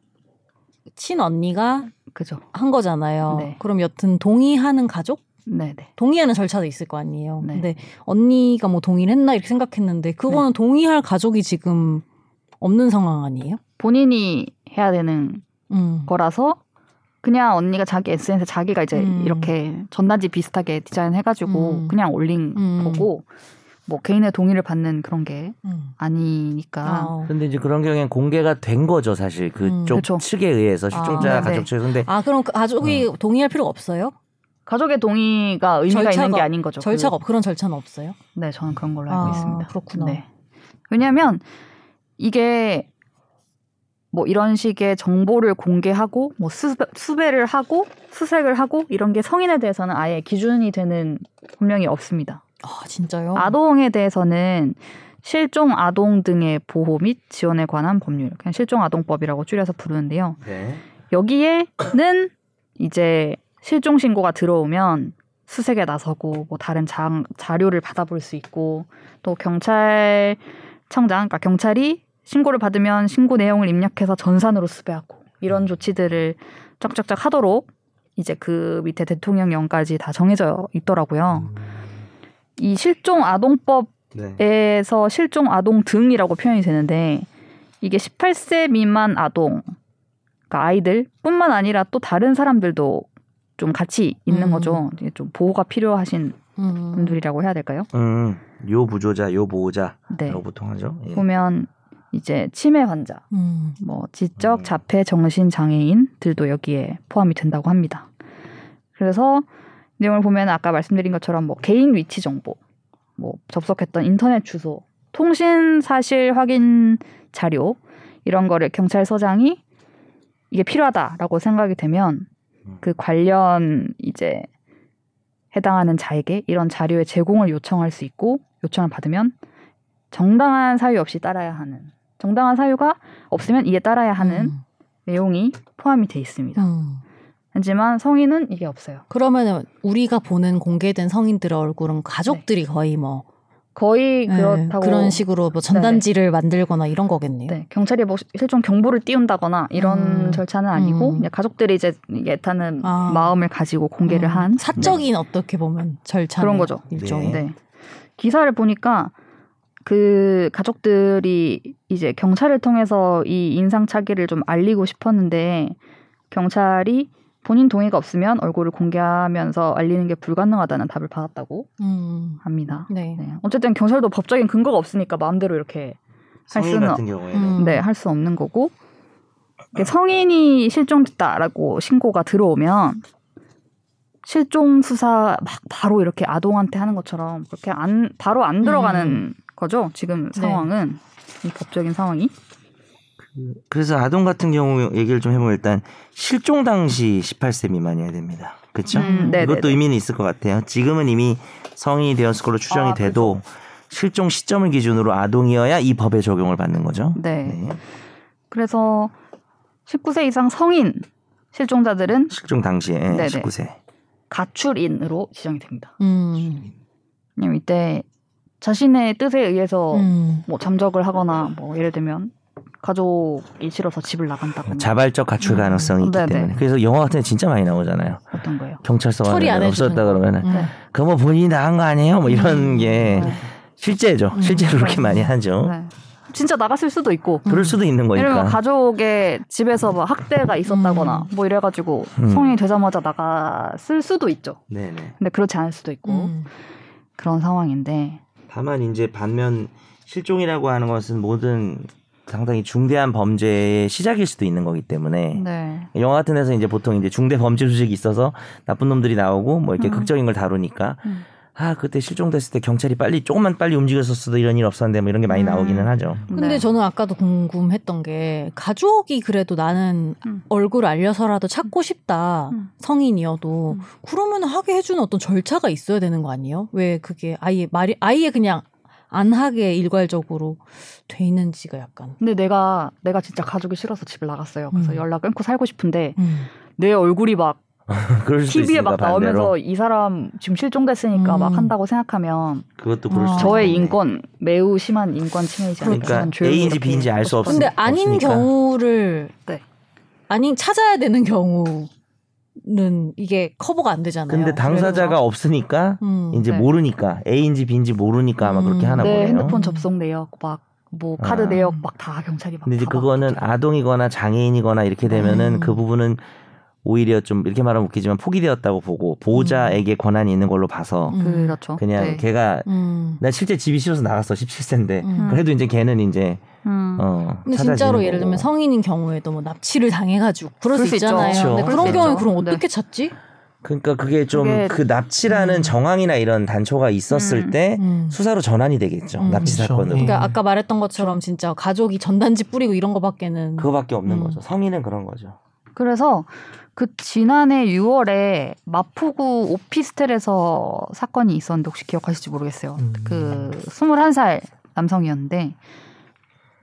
S2: 친언니가
S5: 그죠.
S2: 한 거잖아요.
S5: 네.
S2: 그럼 여튼 동의하는 가족?
S5: 네네
S2: 동의하는 절차도 있을 거 아니에요.
S5: 네.
S2: 근데 언니가 뭐 동의를 했나 이렇게 생각했는데 그거는 동의할 가족이 지금 없는 상황 아니에요?
S5: 본인이 해야 되는
S2: 음.
S5: 거라서 그냥 언니가 자기 SNS에 자기가 이제
S2: 음.
S5: 이렇게 전단지 비슷하게 디자인해가지고
S2: 음.
S5: 그냥 올린
S2: 음.
S5: 거고 뭐 개인의 동의를 받는 그런 게
S2: 음.
S5: 아니니까
S2: 어.
S4: 근데 이제 그런 경우엔 공개가 된 거죠, 사실.
S2: 음,
S4: 그쪽
S5: 그쵸.
S4: 측에 의해서 실종자
S2: 아,
S5: 네, 네.
S4: 가족 측에서. 근데
S2: 아 그럼 그 가족이 동의할 필요가 없어요?
S5: 가족의 동의가 의미가
S2: 절차가-
S5: 있는 게 아닌 거죠.
S2: 절차가
S5: 그-
S2: 없 그런 절차는 없어요.
S5: 네, 저는 그런 걸로 알고
S2: 아,
S5: 있습니다. 네.
S2: 그렇구나.
S5: 왜냐하면 이게 뭐 이런 식의 정보를 공개하고 뭐 수, 수배를 하고 수색을 하고 이런 게 성인에 대해서는 아예 기준이 되는 분명히 없습니다.
S2: 아 진짜요?
S5: 아동에 대해서는 실종 아동 등의 보호 및 지원에 관한 법률, 그냥 실종 아동법이라고 줄여서 부르는데요.
S4: 네.
S5: 여기에는 이제 실종 신고가 들어오면 수색에 나서고 뭐 다른 자, 자료를 받아볼 수 있고 또 경찰청장, 그러니까 경찰이 신고를 받으면 신고 내용을 입력해서 전산으로 수배하고 이런 조치들을 쫙쫙쫙 하도록 이제 그 밑에 대통령령까지 다 정해져 있더라고요. 이 실종 아동법
S4: 네.
S5: 에서 실종 아동 등이라고 표현이 되는데 이게 18세 미만 아동, 그러니까 아이들뿐만 아니라 또 다른 사람들도 좀 같이 있는
S2: 음.
S5: 거죠. 이게 좀 보호가 필요하신
S2: 음.
S5: 분들이라고 해야 될까요?
S4: 음, 요 부조자, 요 보호자라고
S5: 네.
S4: 보통 하죠. 예.
S5: 보면 이제 치매 환자,
S2: 음.
S4: 음.
S5: 뭐 지적 자폐 정신 장애인들도 여기에 포함이 된다고 합니다. 그래서 내용을 보면 아까 말씀드린 것처럼 뭐 개인 위치 정보, 뭐 접속했던 인터넷 주소, 통신 사실 확인 자료 이런 거를 경찰서장이 이게 필요하다라고 생각이 되면
S4: 음.
S5: 그 관련 이제 해당하는 자에게 이런 자료의 제공을 요청할 수 있고 요청을 받으면 정당한 사유 없이 따라야 하는 정당한 사유가 없으면 이에 따라야 하는
S2: 음.
S5: 내용이 포함이 돼 있습니다.
S2: 음.
S5: 하지만 성인은 이게 없어요.
S2: 그러면 우리가 보는 공개된 성인들의 얼굴은 가족들이 거의 뭐
S5: 거의 네. 그렇다고
S2: 런 네, 식으로 뭐 전단지를 만들거나 이런 거겠네요.
S5: 네, 경찰이 뭐 실종 경보를 띄운다거나 이런
S2: 음.
S5: 절차는 아니고
S2: 음.
S5: 그냥 가족들이 이제 애타는
S2: 아.
S5: 마음을 가지고 공개를
S2: 음.
S5: 한 네.
S2: 사적인 어떻게 보면 절차
S5: 그런 거죠.
S2: 일종의
S5: 네. 기사를 보니까 그 가족들이 이제 경찰을 통해서 이 인상 차기를 좀 알리고 싶었는데 경찰이 본인 동의가 없으면 얼굴을 공개하면서 알리는 게 불가능하다는 답을 받았다고
S2: 음.
S5: 합니다.
S2: 네.
S5: 네. 어쨌든 경찰도 법적인 근거가 없으니까 마음대로 이렇게 할
S4: 성인
S5: 수는
S4: 같은 경우에는
S2: 음.
S5: 네, 할 수 없는 거고
S4: 아.
S5: 이게 성인이 실종됐다라고 신고가 들어오면 실종 수사 막 바로 이렇게 아동한테 하는 것처럼 그렇게 안 바로 안 들어가는
S4: 음.
S5: 거죠. 지금
S4: 네.
S5: 상황은 이 법적인 상황이
S4: 그래서 아동 같은 경우 얘기를 좀 해보면 일단 실종 당시 18세 미만이어야 됩니다. 그렇죠?
S5: 음, 네네네.
S4: 이것도 의미는 있을 것 같아요. 지금은 이미 성인이 되었을 걸로 추정이
S5: 아,
S4: 돼도 실종 시점을 기준으로 아동이어야 이 법의 적용을 받는 거죠.
S5: 네. 그래서 19세 이상 성인 실종자들은
S4: 실종 당시에
S5: 네네.
S4: 19세.
S5: 가출인으로 지정이 됩니다.
S2: 음.
S5: 왜냐면 이때 자신의 뜻에 의해서
S2: 음.
S5: 뭐 잠적을 하거나 뭐 예를 들면 가족이 싫어서 집을 나간다거나
S4: 자발적 가출
S5: 음.
S4: 가능성이 있기
S5: 네네.
S4: 때문에. 그래서 영화 같은 데 진짜 많이 나오잖아요.
S5: 어떤 거예요?
S4: 경찰서
S2: 처리 안
S4: 가면 없었다
S2: 해주는
S4: 그러면은
S2: 음.
S4: 그거 뭐 본인이 나간 거 아니에요? 뭐 이런 게
S5: 네. 음.
S4: 실제죠. 실제로 그렇게 많이 하죠.
S5: 네. 진짜 나갔을 수도 있고.
S4: 그럴 수도 있는
S5: 예를 들면
S4: 거니까.
S5: 가족의 집에서 막 학대가 있었다거나 뭐 이래가지고
S4: 음.
S5: 성인이 되자마자 나갔을 수도 있죠.
S4: 네네.
S5: 근데 그렇지 않을 수도 있고
S2: 음.
S5: 그런 상황인데
S4: 다만 이제 반면 실종이라고 하는 것은 모든 상당히 중대한 범죄의 시작일 수도 있는 거기 때문에
S5: 네.
S4: 영화 같은 데서 이제 보통 이제 중대 범죄 소식이 있어서 나쁜 놈들이 나오고 뭐 이렇게
S5: 음.
S4: 극적인 걸 다루니까
S5: 음.
S4: 아 그때 실종됐을 때 경찰이 빨리 조금만 빨리 움직였었어도 이런 일 없었는데 뭐 이런 게 많이
S5: 음.
S4: 나오기는 하죠.
S2: 근데
S5: 네.
S2: 저는 아까도 궁금했던 게 가족이 그래도 나는
S5: 음.
S2: 얼굴 알려서라도 찾고 싶다
S5: 음.
S2: 성인이어도
S5: 음.
S2: 그러면 하게 해주는 어떤 절차가 있어야 되는 거 아니에요? 왜 그게 아예 말이 아예 그냥 안 하게 일괄적으로 돼 있는지가 약간
S5: 근데 내가 내가 진짜 가족이 싫어서 집을 나갔어요. 그래서
S2: 음.
S5: 연락 끊고 살고 싶은데
S2: 음.
S5: 내 얼굴이 막
S4: 그럴 수도
S5: TV에
S4: 있으니까
S5: 막
S4: 반대로.
S5: 나오면서 이 사람 지금 실종됐으니까
S2: 음.
S5: 막 한다고 생각하면
S4: 그것도 그럴
S2: 아.
S4: 수도
S5: 어. 저의
S4: 있겠네.
S5: 인권 매우 심한 인권 침해이지 않을까.
S4: 그러니까
S5: 저는 조용히
S4: A인지
S5: 이렇게
S4: B인지 알수
S5: 하고 싶어요.
S2: 근데 아닌
S4: 없으니까.
S2: 경우를
S5: 네.
S2: 아닌 찾아야 되는 경우는 이게 커버가 안 되잖아요.
S4: 근데 당사자가
S2: 그래서.
S4: 없으니까
S2: 음.
S4: 이제
S5: 뭐 네.
S4: 모르니까 A인지 B인지 모르니까 아마 그렇게
S2: 음.
S4: 하나
S5: 네,
S4: 보네요.
S5: 핸드폰 접속 내역 막 뭐 카드
S4: 아.
S5: 내역 막 다 경찰이 막
S4: 근데 이제
S5: 다 막-
S4: 그거는 아동이거나 장애인이거나 이렇게 되면은
S2: 음.
S4: 그 부분은 오히려 좀 이렇게 말하면 웃기지만 포기되었다고 보고 보호자에게 권한이 있는 걸로 봐서
S2: 음.
S5: 그렇죠.
S4: 그냥
S5: 음. 네.
S4: 걔가
S2: 음.
S4: 나 실제 집이 싫어서 나갔어 17세인데
S2: 음.
S4: 네. 그래도 이제 걔는 이제
S5: 음.
S4: 어
S2: 근데
S4: 찾아지는
S2: 진짜로 예를 들면
S4: 거고.
S2: 성인인 경우에도 뭐 납치를 당해가지고 그럴,
S5: 그럴
S2: 수
S5: 수 있죠.
S2: 있잖아요.
S4: 그렇죠.
S2: 근데
S4: 그럴
S2: 그런
S4: 수
S2: 경우에
S5: 있죠.
S2: 그럼
S5: 네.
S2: 어떻게 찾지?
S4: 그러니까 그게 좀 그
S5: 그게-
S4: 납치라는
S2: 음.
S4: 정황이나 이런 단초가 있었을
S5: 음.
S4: 때
S2: 음.
S4: 수사로 전환이 되겠죠
S2: 음.
S4: 납치
S6: 그렇죠.
S4: 사건으로
S6: 예.
S2: 그러니까 아까 말했던 것처럼 진짜 가족이 전단지 뿌리고 이런 거밖에는
S4: 그거밖에 없는
S2: 음.
S4: 거죠 성인은 그런 거죠
S5: 그래서 그 지난해 6월에 마포구 오피스텔에서 사건이 있었는데 혹시 기억하실지 모르겠어요.
S6: 음.
S5: 그 21살 남성이었는데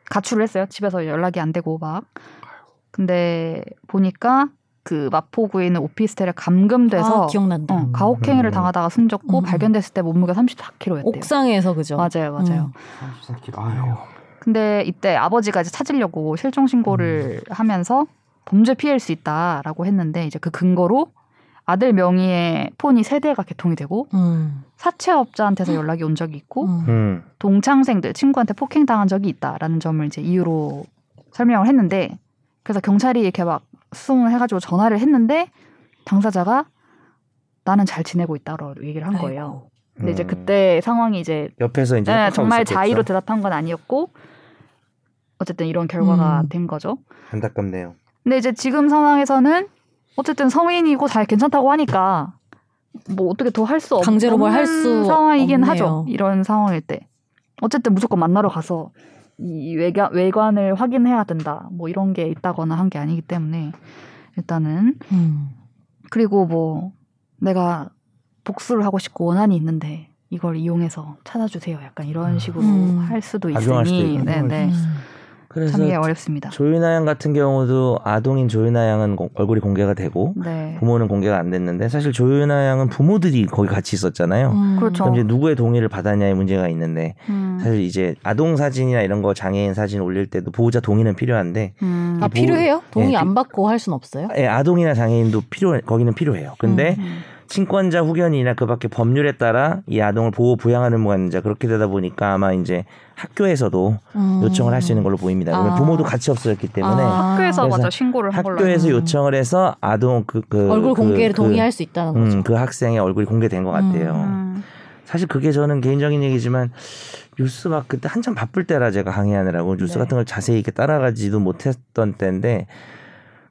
S5: 가출을 했어요. 집에서 연락이 안 되고 막. 근데 보니까 그 마포구에 있는 오피스텔에 감금돼서
S2: 아, 기억난다.
S5: 네, 어, 가혹행위를
S4: 음.
S5: 당하다가 숨졌고
S2: 음.
S5: 발견됐을 때 몸무게가 34kg였대요.
S2: 옥상에서 그죠?
S5: 네. 맞아요, 맞아요.
S2: 음.
S4: 34kg 아유
S5: 근데 이때 아버지가 이제 찾으려고 실종 신고를 하면서 범죄 피해일 수 있다라고 했는데 이제 그 근거로 아들 명의의 폰이 세 대가 개통이 되고
S2: 음.
S5: 사채업자한테서 연락이 온 적이 있고
S2: 음.
S4: 음.
S5: 동창생들 친구한테 폭행 당한 적이 있다라는 점을 이제 이유로 설명을 했는데 그래서 경찰이 이렇게 막 수송을 해가지고 전화를 했는데 당사자가 나는 잘 지내고 있다로 얘기를 한 거예요. 근데 이제
S4: 음.
S5: 그때 상황이 이제
S4: 옆에서 이제
S5: 네,
S4: 협박하고
S5: 정말
S4: 있었겠죠.
S5: 자의로 대답한 건 아니었고 어쨌든 이런 결과가
S2: 음.
S5: 된 거죠.
S4: 안타깝네요.
S5: 근데 이제 지금 상황에서는 어쨌든 성인이고 잘 괜찮다고 하니까 뭐 어떻게 더 할 수 없는
S2: 강제로 뭘할수
S5: 상황이긴
S2: 없네요.
S5: 하죠. 이런 상황일 때 어쨌든 무조건 만나러 가서 이 외관 외관을 확인해야 된다. 뭐 이런 게 있다거나 한 게 아니기 때문에 일단은
S2: 음.
S5: 그리고 뭐 내가 복수를 하고 싶고 원한이 있는데 이걸 이용해서 찾아주세요. 약간 이런 식으로
S2: 음.
S5: 할 수도
S4: 악용할 수도
S5: 있으니
S4: 있고.
S5: 네네
S2: 음.
S4: 그래서
S5: 참 이해 어렵습니다.
S4: 조이나 양 같은 경우도 아동인 조이나 양은 고- 얼굴이 공개가 되고
S5: 네
S4: 부모는 공개가 안 됐는데 사실 조이나 양은 부모들이 거기 같이 있었잖아요.
S2: 음.
S5: 그렇죠.
S4: 그럼 이제 누구의 동의를 받았냐의 문제가 있는데
S5: 음.
S4: 사실 이제 아동 사진이나 이런 거 장애인 사진 올릴 때도 보호자 동의는 필요한데
S5: 음.
S2: 아
S4: 뭐-
S2: 필요해요? 동의
S4: 예,
S2: 안
S4: 필-
S2: 받고 할 순 없어요?
S4: 예, 아동이나 장애인도 필요 거기는 필요해요. 근데
S5: 음.
S4: 친권자 후견이나 그밖에 법률에 따라 이 아동을 보호 부양하는 무관자 그렇게 되다 보니까 아마 이제 학교에서도
S2: 음.
S4: 아, 요청을 할 수 있는 걸로 보입니다. 그러면
S2: 아.
S4: 부모도 같이 없어졌기 때문에
S2: 아.
S5: 학교에서
S4: 그래서
S5: 맞아 신고를 한 걸로
S4: 학교에서
S2: 알고.
S4: 요청을 해서 아동 그, 그
S2: 얼굴
S4: 그-
S2: 공개를
S4: 그-
S2: 동의할 수 있다는 거죠.
S4: 음, 그 학생의 얼굴이 공개된 것 같아요.
S5: 알고. 음.
S4: 사실 그게 저는 개인적인 얘기지만 뉴스 막 그때 한참 바쁠 때라 제가 강의하느라고 뉴스
S5: 네.
S4: 같은 걸 자세히 이렇게 따라가지도 못했던 때인데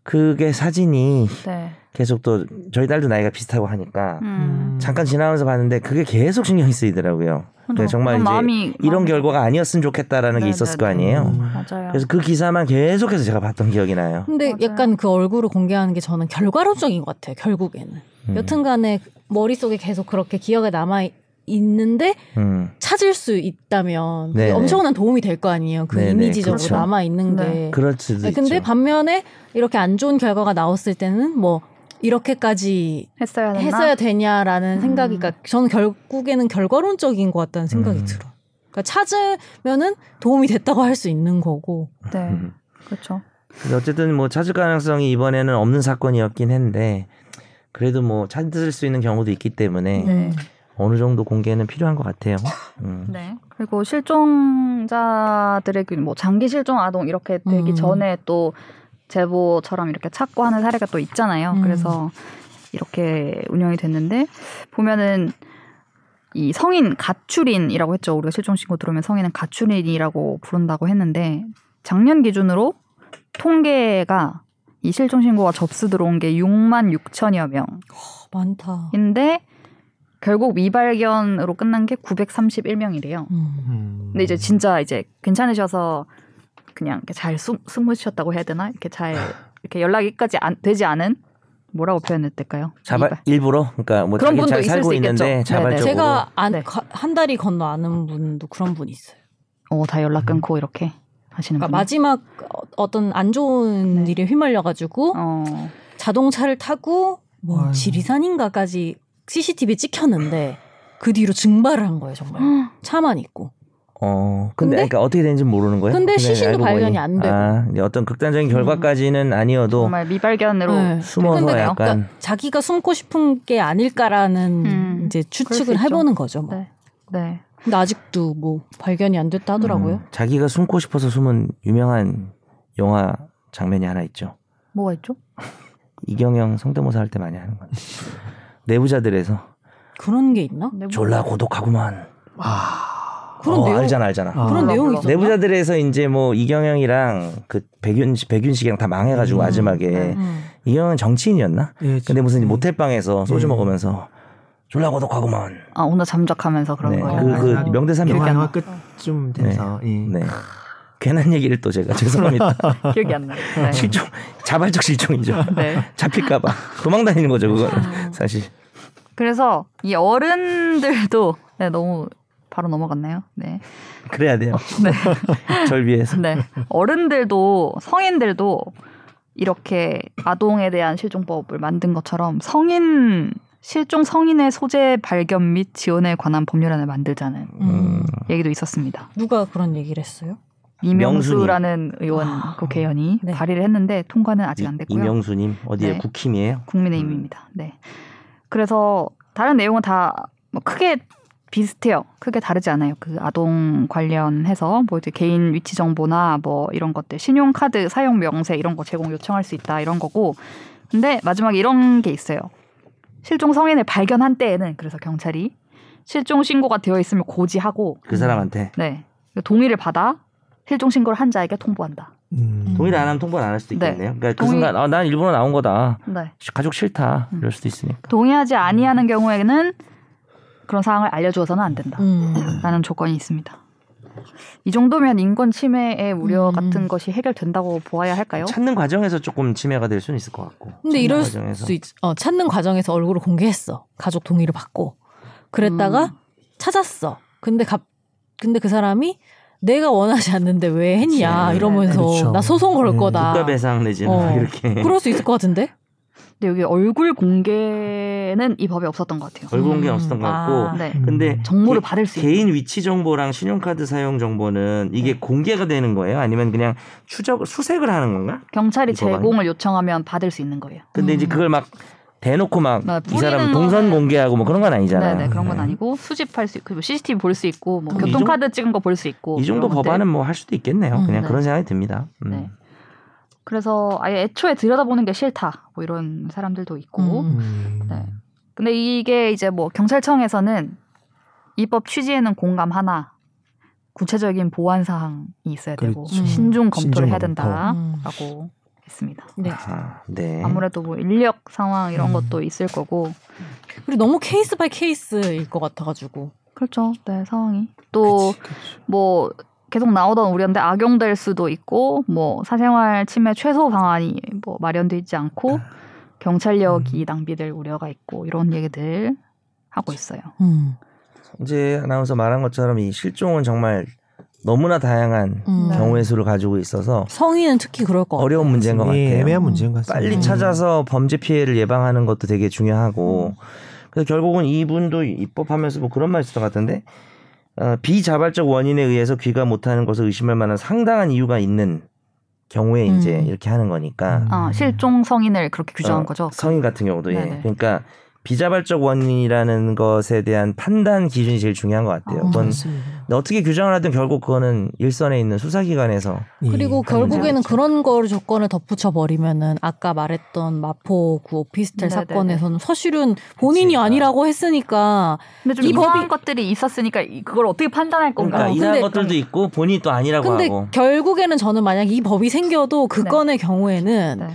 S4: 그게 사진이
S5: 네.
S4: 계속 또 저희 딸도 나이가 비슷하고 하니까
S5: 음.
S4: 잠깐 지나면서 봤는데 그게 계속 신경이 쓰이더라고요. 네, 정말
S5: 그런
S4: 이제
S5: 음. 마음이,
S4: 이런
S5: 마음이-
S4: 결과가 아니었으면 좋겠다라는
S5: 네,
S4: 게 있었을
S5: 네,
S4: 거
S5: 네.
S4: 아니에요.
S5: 음, 맞아요.
S4: 그래서 그 기사만 계속해서 제가 봤던 기억이 나요.
S2: 근데
S5: 맞아요.
S2: 약간 그 얼굴을 공개하는 게 저는 결과론적인 것 같아요. 결국에는
S4: 음.
S2: 여튼간에 머릿속에 계속 그렇게 기억에 남아 있는데
S4: 음.
S2: 찾을 수 있다면 그게
S4: 네네.
S2: 엄청난 도움이 될 거 아니에요. 그
S4: 네네,
S2: 이미지적으로
S4: 그렇죠.
S2: 남아 있는 게.
S5: 네.
S4: 그럴 수도
S2: 네, 근데
S4: 있죠.
S2: 반면에 이렇게 안 좋은 결과가 나왔을 때는 뭐 이렇게까지
S5: 했어야 됐나?
S2: 했어야 되냐라는
S5: 음.
S2: 생각이 그러니까 저는 결국에는 결과론적인 것 같다는 생각이
S4: 음.
S2: 들어. 그러니까 찾으면은 도움이 됐다고 할 수 있는 거고.
S5: 네,
S4: 음.
S5: 그렇죠.
S4: 근데 어쨌든 뭐 찾을 가능성이 이번에는 없는 사건이었긴 한데 그래도 뭐 찾을 수 있는 경우도 있기 때문에
S2: 음,
S5: 네.
S4: 어느 정도 공개는 필요한 것 같아요. 음.
S5: 네. 그리고 실종자들의 그 뭐 장기 실종 아동 이렇게 되기
S2: 음.
S5: 전에 또 제보처럼 이렇게 찾고 하는 사례가 또 있잖아요.
S2: 음.
S5: 그래서 이렇게 운영이 됐는데 보면은 이 성인 가출인이라고 했죠. 우리가 실종 신고 들어오면 성인은 가출인이라고 부른다고 했는데 작년 기준으로 통계가 이 실종 신고가 접수 들어온 게 6만 6천여
S2: 많다.
S5: 명인데 결국 미발견으로 끝난 게 931명이래요.
S2: 음.
S5: 근데 이제 진짜 이제 괜찮으셔서 그냥 이렇게 잘 숨, 숨으셨다고 해야 되나? 이렇게 잘 이렇게 연락이까지 안, 되지 않은 뭐라고 표현했 될까요?
S4: 자발
S5: 이발.
S4: 일부러 그러니까 뭐
S5: 그런
S4: 자기
S5: 분도
S4: 잘
S5: 있을
S4: 살고
S5: 수 있겠죠.
S4: 있는데
S5: 네네.
S4: 자발적으로
S2: 제가 안,
S5: 네.
S2: 가- 한 다리 건너 아는 분도 그런 분이 있어요.
S5: 어, 다 연락 끊고 이렇게 하시는
S2: 그러니까
S5: 분.
S2: 마지막 어- 어떤 안 좋은
S5: 음. 네.
S2: 일에 휘말려가지고
S5: 어.
S2: 자동차를 타고 뭐
S6: 아이고.
S2: 지리산인가까지 CCTV 에 찍혔는데 그 뒤로 증발을 한 거예요
S5: 음.
S2: 정말 차만 있고
S4: 어
S2: 근데-
S4: 근데, 그러니까 어떻게 되는지 모르는 거예요.
S2: 근데
S4: 그냥
S2: 시신도
S4: 알고
S2: 발견이
S4: 보니.
S2: 안 되고.
S4: 아, 이제 어떤 극단적인 결과까지는 아니어도
S5: 정말 미발견으로
S2: 네.
S4: 숨어서
S2: 근데
S4: 약간
S2: 자기가 숨고 싶은 게 아닐까라는
S5: 음,
S2: 이제
S5: 그럴
S2: 추측을
S5: 수
S2: 해보는 거죠 뭐.
S5: 네. 네.
S2: 근데 아직도 뭐 발견이 안 됐다 하더라고요
S4: 음, 자기가 숨고 싶어서 숨은 유명한 영화 장면이 하나 있죠.
S5: 뭐가 있죠?
S4: 이경영 성대모사 할 때 많이 하는 건데 내부자들에서
S2: 그런 게 있나
S5: 내부-
S4: 졸라 고독하고만
S2: 그런
S4: 어,
S2: 내용
S4: 알잖아 알잖아.
S6: 아.
S2: 그런
S5: 몰라,
S2: 내용이
S5: 몰라.
S2: 있었나
S4: 내부자들에서 이제 뭐 이경영이랑 그 백윤 백윤식이랑 다 망해가지고
S2: 음.
S4: 마지막에
S2: 음.
S4: 이경영 방치인이었나?
S6: 예,
S4: 근데 무슨 모텔방에서 소주
S6: 음.
S4: 먹으면서 졸라 고독하고만
S5: 아, 오늘 잠적하면서 그런
S4: 네,
S5: 거예요.
S4: 그,
S2: 아.
S4: 그 명대사
S6: 음. 영화,
S4: 영화
S6: 영화 끝쯤 돼서 예.
S4: 네 괜한 얘기를 또 제가 죄송합니다
S5: 기억이 안 나요. 네.
S4: 그 실종 자발적 실종이죠
S5: 네.
S4: 잡힐까봐 도망다니는 거죠 그거는 사실
S5: 그래서 이 어른들도 네, 너무 바로 넘어갔네요. 네.
S4: 그래야 돼요 절 위해서
S5: 네. 어른들도 성인들도 이렇게 아동에 대한 실종법을 만든 것처럼 성인 실종 성인의 소재 발견 및 지원에 관한 법률안을 만들자는
S2: 음.
S5: 얘기도 있었습니다.
S2: 누가 그런 얘기를 했어요
S5: 이명수라는 의원
S2: 아.
S5: 국회의원이
S2: 네.
S5: 발의를 했는데 통과는 아직 안 됐고요.
S4: 이명수님 어디에
S5: 네.
S4: 국힘이에요
S5: 국민의힘입니다. 네. 그래서 다른 내용은 다 뭐 크게 비슷해요. 크게 다르지 않아요. 그 아동 관련해서 뭐 이제 개인 위치 정보나 뭐 이런 것들, 신용카드 사용 명세 이런 거 제공 요청할 수 있다 이런 거고. 근데 마지막에 이런 게 있어요. 실종 성인을 발견한 때에는 그래서 경찰이 실종 신고가 되어 있음을 고지하고
S4: 그 사람한테
S5: 네 동의를 받아 실종 신고를 한 자에게 통보한다.
S6: 음.
S4: 동의를 안 하면 통보를 안 할 수도
S5: 네.
S4: 있겠네요. 그러니까 그
S5: 동의-
S4: 순간 아, 난 일부러 나온 거다.
S5: 네.
S4: 가족 싫다.
S5: 음.
S4: 이럴 수도 있으니까.
S5: 동의하지 아니하는 경우에는 그런 사항을 알려주어서는 안 된다.
S2: 음.
S5: 라는 조건이 있습니다. 이 정도면 인권 침해의 우려
S2: 음.
S5: 같은 것이 해결된다고 보아야 할까요?
S4: 찾는 과정에서 조금 침해가 될 수는 있을 것 같고.
S2: 근데
S4: 찾는
S2: 이럴
S4: 과정에서.
S2: 수 있, 어, 찾는 과정에서 얼굴을 공개했어. 가족 동의를 받고. 그랬다가
S5: 음.
S2: 찾았어. 근데 갑, 근데 그 사람이 내가 원하지 않는데 왜 했냐
S4: 그치.
S2: 이러면서
S6: 그렇죠.
S2: 나 소송 걸
S6: 네,
S2: 거다.
S4: 국가 배상 내지는 뭐
S2: 어.
S4: 이렇게
S2: 그럴 수 있을 것 같은데.
S5: 근데 여기 얼굴 공개는 이 법에 없었던 것 같아요.
S4: 얼굴 공개
S2: 음.
S4: 없었던 것
S2: 아.
S4: 같고.
S5: 네.
S4: 근데
S5: 정보를 받을 수 있는.
S4: 개인 위치 정보랑 신용카드 사용 정보는 이게
S5: 네.
S4: 공개가 되는 거예요? 아니면 그냥 추적 수색을 하는 건가?
S5: 경찰이
S4: 이거 봐요.
S5: 제공을 요청하면 받을 수 있는 거예요.
S4: 근데 이제
S2: 음.
S4: 그걸 막 대놓고 막
S5: 막
S4: 이
S5: 뿌리는
S4: 사람 동선
S5: 거는-
S4: 공개하고 뭐 그런 건 아니잖아요.
S5: 네네 그런 건
S4: 네.
S5: 아니고 수집할 수 있고 뭐 CCTV 볼 수 있고 뭐
S2: 음.
S5: 교통카드 찍은 거 볼 수 있고
S4: 이 정도
S5: 그런 것들.
S4: 법안은 뭐 할 수도 있겠네요.
S2: 음,
S4: 그냥
S5: 네.
S4: 그런 생각이 듭니다. 음.
S5: 네. 그래서 아예 애초에 들여다보는 게 싫다 뭐 이런 사람들도 있고
S2: 음.
S6: 음.
S5: 네. 근데 이게 이제 뭐 경찰청에서는 입법 취지에는 공감하나 구체적인 보완 사항이 있어야 되고
S6: 그렇죠.
S5: 신중
S6: 신중
S5: 검토를 해야
S6: 검토.
S2: 음.
S5: 된다라고 했습니다.
S2: 네.
S4: 아, 네.
S5: 아무래도 뭐 인력 상황 이런
S6: 음.
S5: 것도 있을 거고
S2: 그리고 너무 케이스 바이 케이스일 것 같아가지고.
S5: 그렇죠. 네 상황이
S6: 어.
S5: 또 뭐 계속 나오던 우려인데 악용될 수도 있고 뭐 사생활 침해 최소 방안이 뭐 마련돼 있지 않고 경찰력이 낭비될 우려가 있고 이런 얘기들 하고 있어요.
S2: 음.
S4: 이제 아나운서 말한 것처럼 이 실종은 정말 너무나 다양한
S2: 음.
S5: 네.
S4: 경우의 수를 가지고 있어서
S2: 성인은 특히 그럴 것 같아요.
S4: 어려운 문제인 것 같아요.
S6: 예, 애매한 문제인 것 같습니다.
S4: 빨리
S2: 음.
S4: 찾아서 범죄 피해를 예방하는 것도 되게 중요하고 그래서 결국은 이분도 입법하면서 뭐 그런 말 있었던 것 같은데 어, 비자발적 원인에 의해서 귀가 못하는 것을 의심할 만한 상당한 이유가 있는 경우에 이제
S2: 음.
S4: 이렇게 하는 거니까
S6: 음.
S5: 아, 실종 성인을 그렇게 규정한
S4: 어,
S5: 거죠.
S4: 성인 같은 경우도 예
S5: 네네.
S4: 그러니까 비자발적 원인이라는 것에 대한 판단 기준이 제일 중요한 것 같아요.
S5: 어,
S4: 그건
S6: 음.
S2: 맞습니다.
S4: 근데 어떻게 규정을 하든 결국 그거는 일선에 있는 수사기관에서
S2: 그리고
S6: 예.
S2: 결국에는 그런 거를 조건을 덧붙여 버리면은 아까 말했던 마포구 오피스텔
S5: 네네네.
S2: 사건에서는 사실은 본인이
S4: 그치.
S2: 아니라고 했으니까
S5: 근데 좀
S2: 이
S5: 이상한 것들이 있었으니까 이- 그걸 어떻게 판단할 건가?
S4: 그러니까
S2: 어,
S4: 이상한
S2: 근데-
S4: 것들도 있고 본인이 또 아니라고
S2: 근데
S4: 하고
S2: 결국에는 저는 만약 이 법이 생겨도 그
S5: 네.
S2: 건의 경우에는
S5: 네.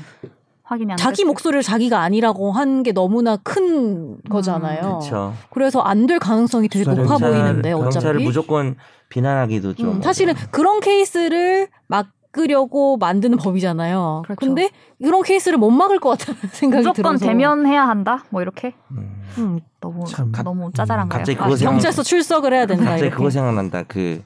S5: 확인이 안
S2: 자기
S5: 됐어요.
S2: 목소리를 자기가 아니라고 한 게 너무나
S5: 음,
S2: 큰 거잖아요.
S4: 그렇죠.
S2: 그래서 안 될 가능성이 되게
S6: 수사를
S2: 높아
S6: 경찰,
S2: 어, 보이는데
S4: 경찰을
S2: 어차피
S4: 무조건 비난하기도 좀
S2: 음, 사실은 그런 케이스를 막으려고 만드는 법이잖아요.
S5: 그렇죠.
S2: 근데 그런 케이스를 못 막을 것 같다는 생각이
S5: 무조건
S2: 들어서
S5: 대면해야 한다. 뭐 이렇게
S4: 음,
S2: 음,
S5: 너무
S6: 참.
S5: 너무 짜잘한가요?
S4: 갑자기
S2: 아,
S4: 그거 생각-
S2: 경찰서 출석을 해야 된다.
S4: 음. 갑자기
S2: 이렇게.
S4: 그거 생각난다. 그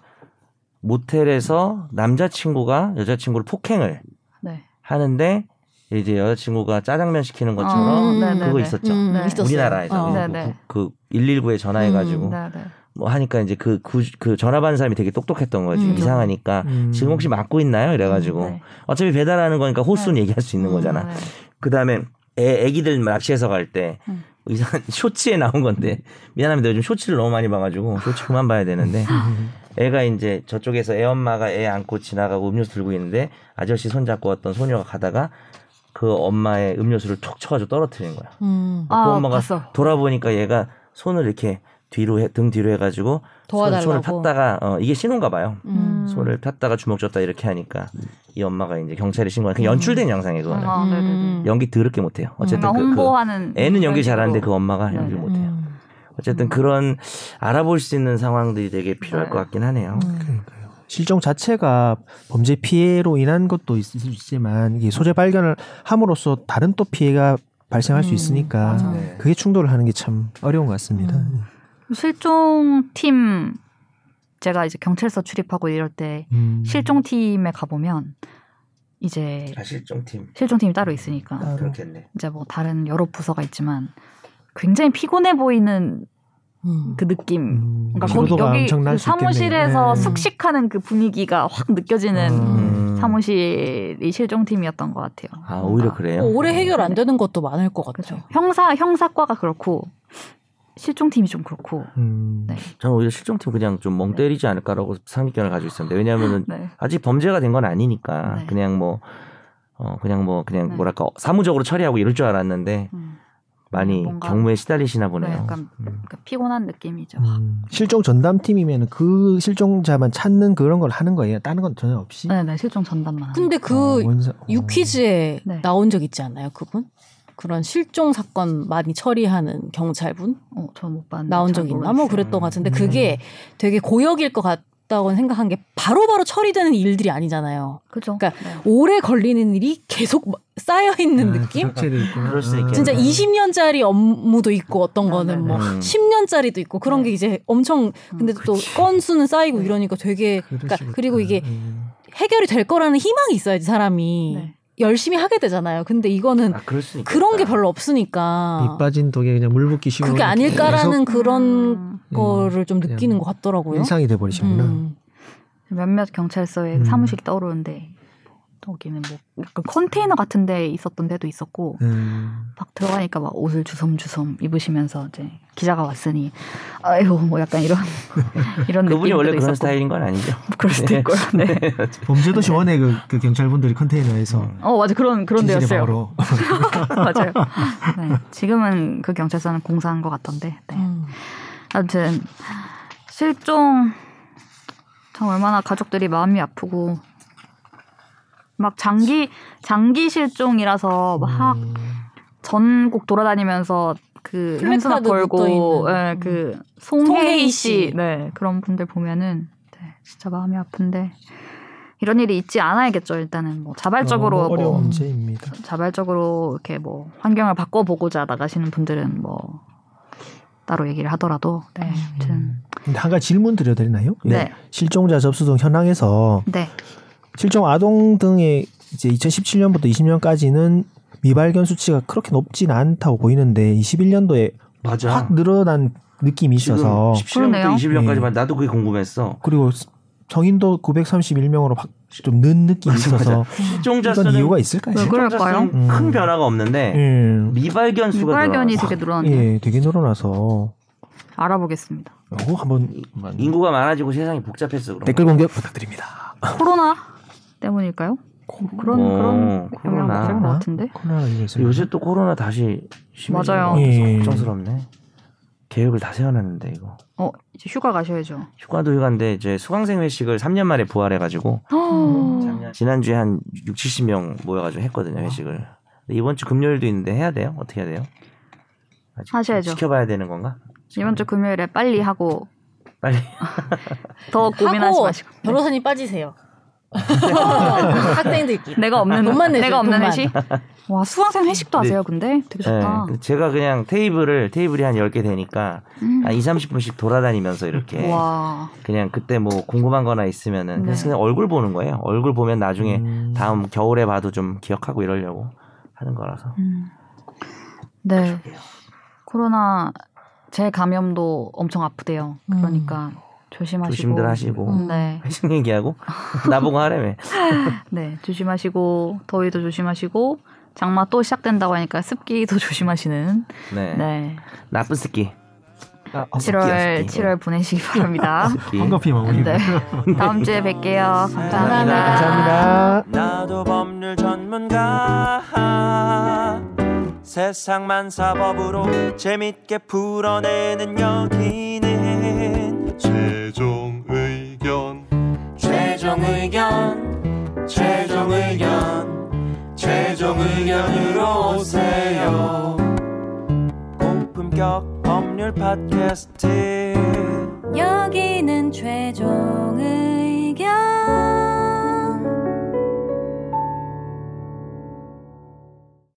S4: 모텔에서 남자친구가 여자친구를 폭행을
S5: 네.
S4: 하는데 이제 여자친구가 짜장면 시키는
S5: 어,
S4: 것처럼
S2: 음,
S5: 네네네.
S4: 그거 있었죠.
S2: 음,
S5: 네.
S2: 있었어요.
S4: 우리나라에서
S2: 어. 음,
S5: 네.
S4: 그, 그 119에 전화해가지고
S5: 네, 네.
S4: 뭐 하니까 이제 그, 구- 그 전화받은 사람이 되게 똑똑했던 거지
S2: 음.
S4: 이상하니까
S6: 음.
S4: 지금 혹시 맞고 있나요? 이래가지고
S5: 네.
S4: 어차피 배달하는 거니까 호수는
S5: 네.
S4: 얘기할 수 있는
S2: 음,
S4: 거잖아.
S5: 네.
S4: 그 다음에 애 애기들 낚시해서 갈 때
S5: 음.
S4: 이상한 쇼츠에 나온 건데 미안합니다 요즘 쇼츠를 너무 많이 봐가지고 쇼츠 그만 봐야 되는데
S6: 음.
S4: 애가 이제 저쪽에서 애 엄마가 애 안고 지나가고 음료수 들고 있는데 아저씨 손잡고 왔던 소녀가 가다가 그 엄마의 음료수를 툭 쳐가지고 떨어뜨린 거야.
S2: 음,
S5: 아,
S4: 그 엄마가
S5: 봤어.
S4: 돌아보니까 얘가 손을 이렇게 뒤로 해, 등 뒤로 해가지고 손,
S2: 도와달라고.
S4: 손을 폈다가 어, 이게 신호인가 봐요.
S2: 음.
S5: 음.
S4: 손을 폈다가 주먹 줬다 이렇게 하니까 이 엄마가 이제 경찰에 신고한
S5: 음.
S4: 그 연출된 영상이에요. 그거는.
S5: 아, 네, 네,
S2: 음.
S5: 네.
S4: 연기 더럽게 못해요. 어쨌든
S5: 뭔가
S4: 그, 그
S5: 홍보하는
S4: 애는 연기
S5: 이런
S4: 잘하는데 그
S5: 식으로.
S4: 엄마가
S5: 네네.
S4: 연기 를 못해요.
S2: 음.
S4: 어쨌든
S5: 음.
S4: 그런 알아볼 수 있는 상황들이 되게 필요할
S5: 네.
S4: 것 같긴 하네요.
S2: 음.
S6: 실종 자체가 범죄 피해로 인한 것도 있을 수 있지만 이게 소재 발견을 함으로써 다른 또 피해가 발생할 수
S2: 음,
S6: 있으니까
S2: 맞아.
S4: 네.
S6: 그게 충돌을 하는 게 참 어려운 것 같습니다.
S2: 음.
S5: 실종팀 제가 이제 경찰서 출입하고 이럴 때
S6: 음.
S5: 실종팀에 가 보면 이제
S4: 사실 좀 팀.
S5: 실종팀이 따로 있으니까
S6: 따로.
S4: 그렇겠네.
S5: 이제 뭐 다른 여러 부서가 있지만 굉장히 피곤해 보이는
S2: 음.
S5: 그 느낌.
S6: 음.
S5: 그러니까 거기
S6: 피로도가
S5: 여기
S6: 엄청날
S5: 그
S6: 수 있겠네요.
S5: 사무실에서
S6: 네.
S5: 숙식하는 그 분위기가 확 느껴지는
S6: 음.
S2: 네.
S5: 사무실이 실종팀이었던 것 같아요.
S4: 아 오히려 그래요.
S2: 오래 어, 해결 안 되는 것도 많을 것
S5: 그렇죠.
S2: 같아요.
S5: 형사 형사과가 그렇고 실종팀이 좀 그렇고.
S6: 음.
S5: 네.
S4: 저는 오히려 실종팀 그냥 좀 멍 때리지 않을까라고 상의견을 가지고 있었는데 왜냐하면은
S5: 네.
S4: 아직 범죄가 된 건 아니니까
S5: 네.
S4: 그냥 뭐 어, 그냥 뭐 그냥
S5: 네.
S4: 뭐랄까 사무적으로 처리하고 이럴 줄 알았는데
S5: 음.
S4: 많이
S5: 뭔가-
S4: 경무에 시달리시나
S5: 네,
S4: 보네요.
S5: 약간
S4: 음.
S5: 그러니까 피곤한 느낌이죠.
S6: 음. 실종 전담팀이면 그 실종자만 찾는 그런 걸 하는 거예요. 다른 건 전혀 없이. 어,
S5: 네, 네 실종 전담만. 하는.
S2: 근데
S4: 아,
S2: 그
S6: 원사-
S2: 유퀴즈에
S5: 네.
S2: 나온 적 있지 않나요, 그분? 그런 실종 사건 많이 처리하는 경찰분
S4: 음,
S5: 어, 저못 봤는데.
S2: 나온
S5: 잘
S2: 적 있나? 뭐 그랬던 것 같은데
S6: 음.
S2: 그게 되게 고역일 것 같다고 생각한 게 바로바로 처리되는 일들이 아니잖아요.
S5: 그죠.
S2: 그러니까
S5: 네.
S2: 오래 걸리는 일이 계속 막 쌓여있는 느낌?
S4: 음, 그럴 수 그렇죠. 있겠네.
S2: 진짜 20년짜리 업무도 있고 어떤
S5: 아,
S2: 거는
S5: 네네. 네.
S2: 뭐
S4: 음.
S2: 10년짜리도 있고 그런 게 이제 엄청 근데 또 건수는
S4: 네.
S2: 쌓이고 이러니까 되게 그러니까 그리고 이게
S6: 음.
S2: 해결이 될 거라는 희망이 있어야지 사람이
S5: 네.
S2: 열심히 하게 되잖아요. 근데 이거는
S4: 아, 그럴 수 있겠다.
S2: 그런 게 별로 없으니까
S6: 밑 빠진 독에 그냥 물 붓기 쉬운
S2: 어. 그게 아닐까라는 그런
S5: 음,
S2: 거를 좀 느끼는
S6: 그냥
S2: 것 같더라고요.
S6: 인상이 돼 버리시구나.
S2: 음.
S5: 몇몇 경찰서에
S6: 음.
S5: 사무실이 떠오르는데 거기는 뭐 약간 컨테이너 같은 데 있었던 데도 있었고
S6: 음.
S5: 막 들어가니까 막 옷을 주섬주섬 입으시면서 이제 기자가 왔으니 아이고 뭐 약간 이런 이런
S4: 그분이
S5: 느낌도
S4: 원래 그런
S5: 있었고
S4: 스타일인 건 아니죠.
S5: 그럴 수도
S4: 네.
S5: 있고요. 네.
S6: 범죄도시 원에 그, 그 경찰분들이 컨테이너에서
S4: 음.
S5: 어 맞아 그런 그런
S6: 진실의
S5: 데였어요.
S6: 방으로
S5: 맞아요. 네. 지금은 그 경찰서는 공사한 것 같던데. 네.
S2: 음.
S5: 아무튼 실종 참 얼마나 가족들이 마음이 아프고 막 장기 장기 실종이라서 막
S6: 음.
S5: 전국 돌아다니면서 그
S2: 플래카드
S5: 현수막 걸고
S2: 붙어있는.
S5: 예,
S2: 음.
S5: 그 송혜희
S2: 송혜희
S5: 씨
S2: 씨.
S5: 네, 그런 분들 보면은 네, 진짜 마음이 아픈데 이런 일이 있지 않아야겠죠 일단은 뭐 자발적으로
S6: 너무
S5: 뭐
S6: 어려운 문제입니다.
S5: 자발적으로 이렇게 뭐 환경을 바꿔보고자 나가시는 분들은 뭐 따로 얘기를 하더라도 네 아무튼
S6: 음. 근데 한 가지 질문 드려도 되나요? 예.
S5: 네.
S6: 실종자 접수 등 현황에서
S5: 네
S6: 실종 아동 등의 이제 2017년부터 20년까지는 미발견 수치가 그렇게 높진 않다고 보이는데 21년도에
S4: 맞아.
S6: 확 늘어난 느낌이 있어서
S4: 17년부터
S5: 그러네요. 음.
S4: 20년까지만 나도 그게 궁금했어.
S6: 그리고 성인도 931명으로 확 좀 는 느낌이
S4: 맞아,
S6: 있어서
S4: 실종자
S6: 이건
S4: 수는
S6: 이유가 있을까요?
S5: 왜
S4: 실종자
S5: 그럴까요? 그,
S4: 수는 큰
S6: 음.
S4: 변화가 없는데
S6: 예.
S4: 미발견 수가
S5: 유발견이
S4: 늘어났어.
S5: 되게 늘어났네요
S6: 예, 되게
S4: 그렇죠.
S6: 늘어나서
S5: 알아보겠습니다
S6: 이거 한번 음,
S4: 인구가 많아지고 세상이 복잡해서
S5: 네,
S4: 그런
S6: 댓글 공격 부탁드립니다.
S5: 코로나 때문일까요? 그런
S4: 오,
S5: 그런 영향
S4: 어, 코로나.
S5: 받을 것 같은데
S6: 코로나
S4: 거야. 요새 또 코로나 다시 심해지는
S5: 맞아요.
S4: 것 같아서
S6: 예.
S4: 걱정스럽네. 계획을 다 세워놨는데 이거.
S5: 어 이제 휴가 가셔야죠.
S4: 휴가도 휴가인데 이제 수강생 회식을 3년 만에 부활해가지고
S5: 음.
S4: 작년- 지난주에 한 6, 70명 모여가지고
S5: 아.
S4: 했거든요 회식을. 근데 이번 주 금요일도 있는데 해야 돼요? 어떻게 해야 돼요? 아직
S5: 하셔야죠.
S4: 지켜봐야 되는 건가?
S5: 이번 주 아. 금요일에 빨리 하고
S4: 빨리.
S5: 더 고민하지
S2: 하고
S5: 마시고 네.
S2: 변호사님 빠지세요. 학생들끼리.
S5: 내가 없는
S2: 돈만 내세요,
S5: 내가 없는
S2: 돈만.
S5: 회식 와 수강생 회식도
S4: 네.
S5: 하세요 근데 되게 좋다
S4: 네, 제가 그냥 테이블을 테이블이 한 10개 되니까
S5: 음.
S4: 한 2, 30분씩 돌아다니면서 이렇게
S5: 와
S4: 그냥 그때 뭐 궁금한 거나 있으면은
S5: 네.
S4: 그래서 그냥 얼굴 보는 거예요. 얼굴 보면 나중에
S6: 음.
S4: 다음 겨울에 봐도 좀 기억하고 이러려고 하는 거라서.
S5: 음. 네 코로나 재감염도 엄청 아프대요
S2: 음.
S5: 그러니까 조심하시고
S4: 조심들 하시고
S2: 음.
S5: 네,
S4: 회식 얘기하고 나보고 하래매.
S5: 네 조심하시고 더위도 조심하시고 장마 또 시작된다고 하니까 습기도 조심하시는
S4: 네.
S5: 네
S4: 나쁜 새끼. 아,
S5: 칠월
S4: 습기.
S5: 칠월 보내시기 바랍니다.
S4: 새끼.
S6: 황급히 마무리.
S5: 네. 다음 주에 뵐게요.
S4: 감사합니다.
S6: 감사합니다.
S7: 나도 법률 전문가 세상만 사법으로 재밌게 풀어내는 여기는
S8: 최종 의견
S7: 최종 의견 최종 의견 최종 의견으로 오세요 고품격 법률 팟캐스트
S2: 여기는 최종 의견.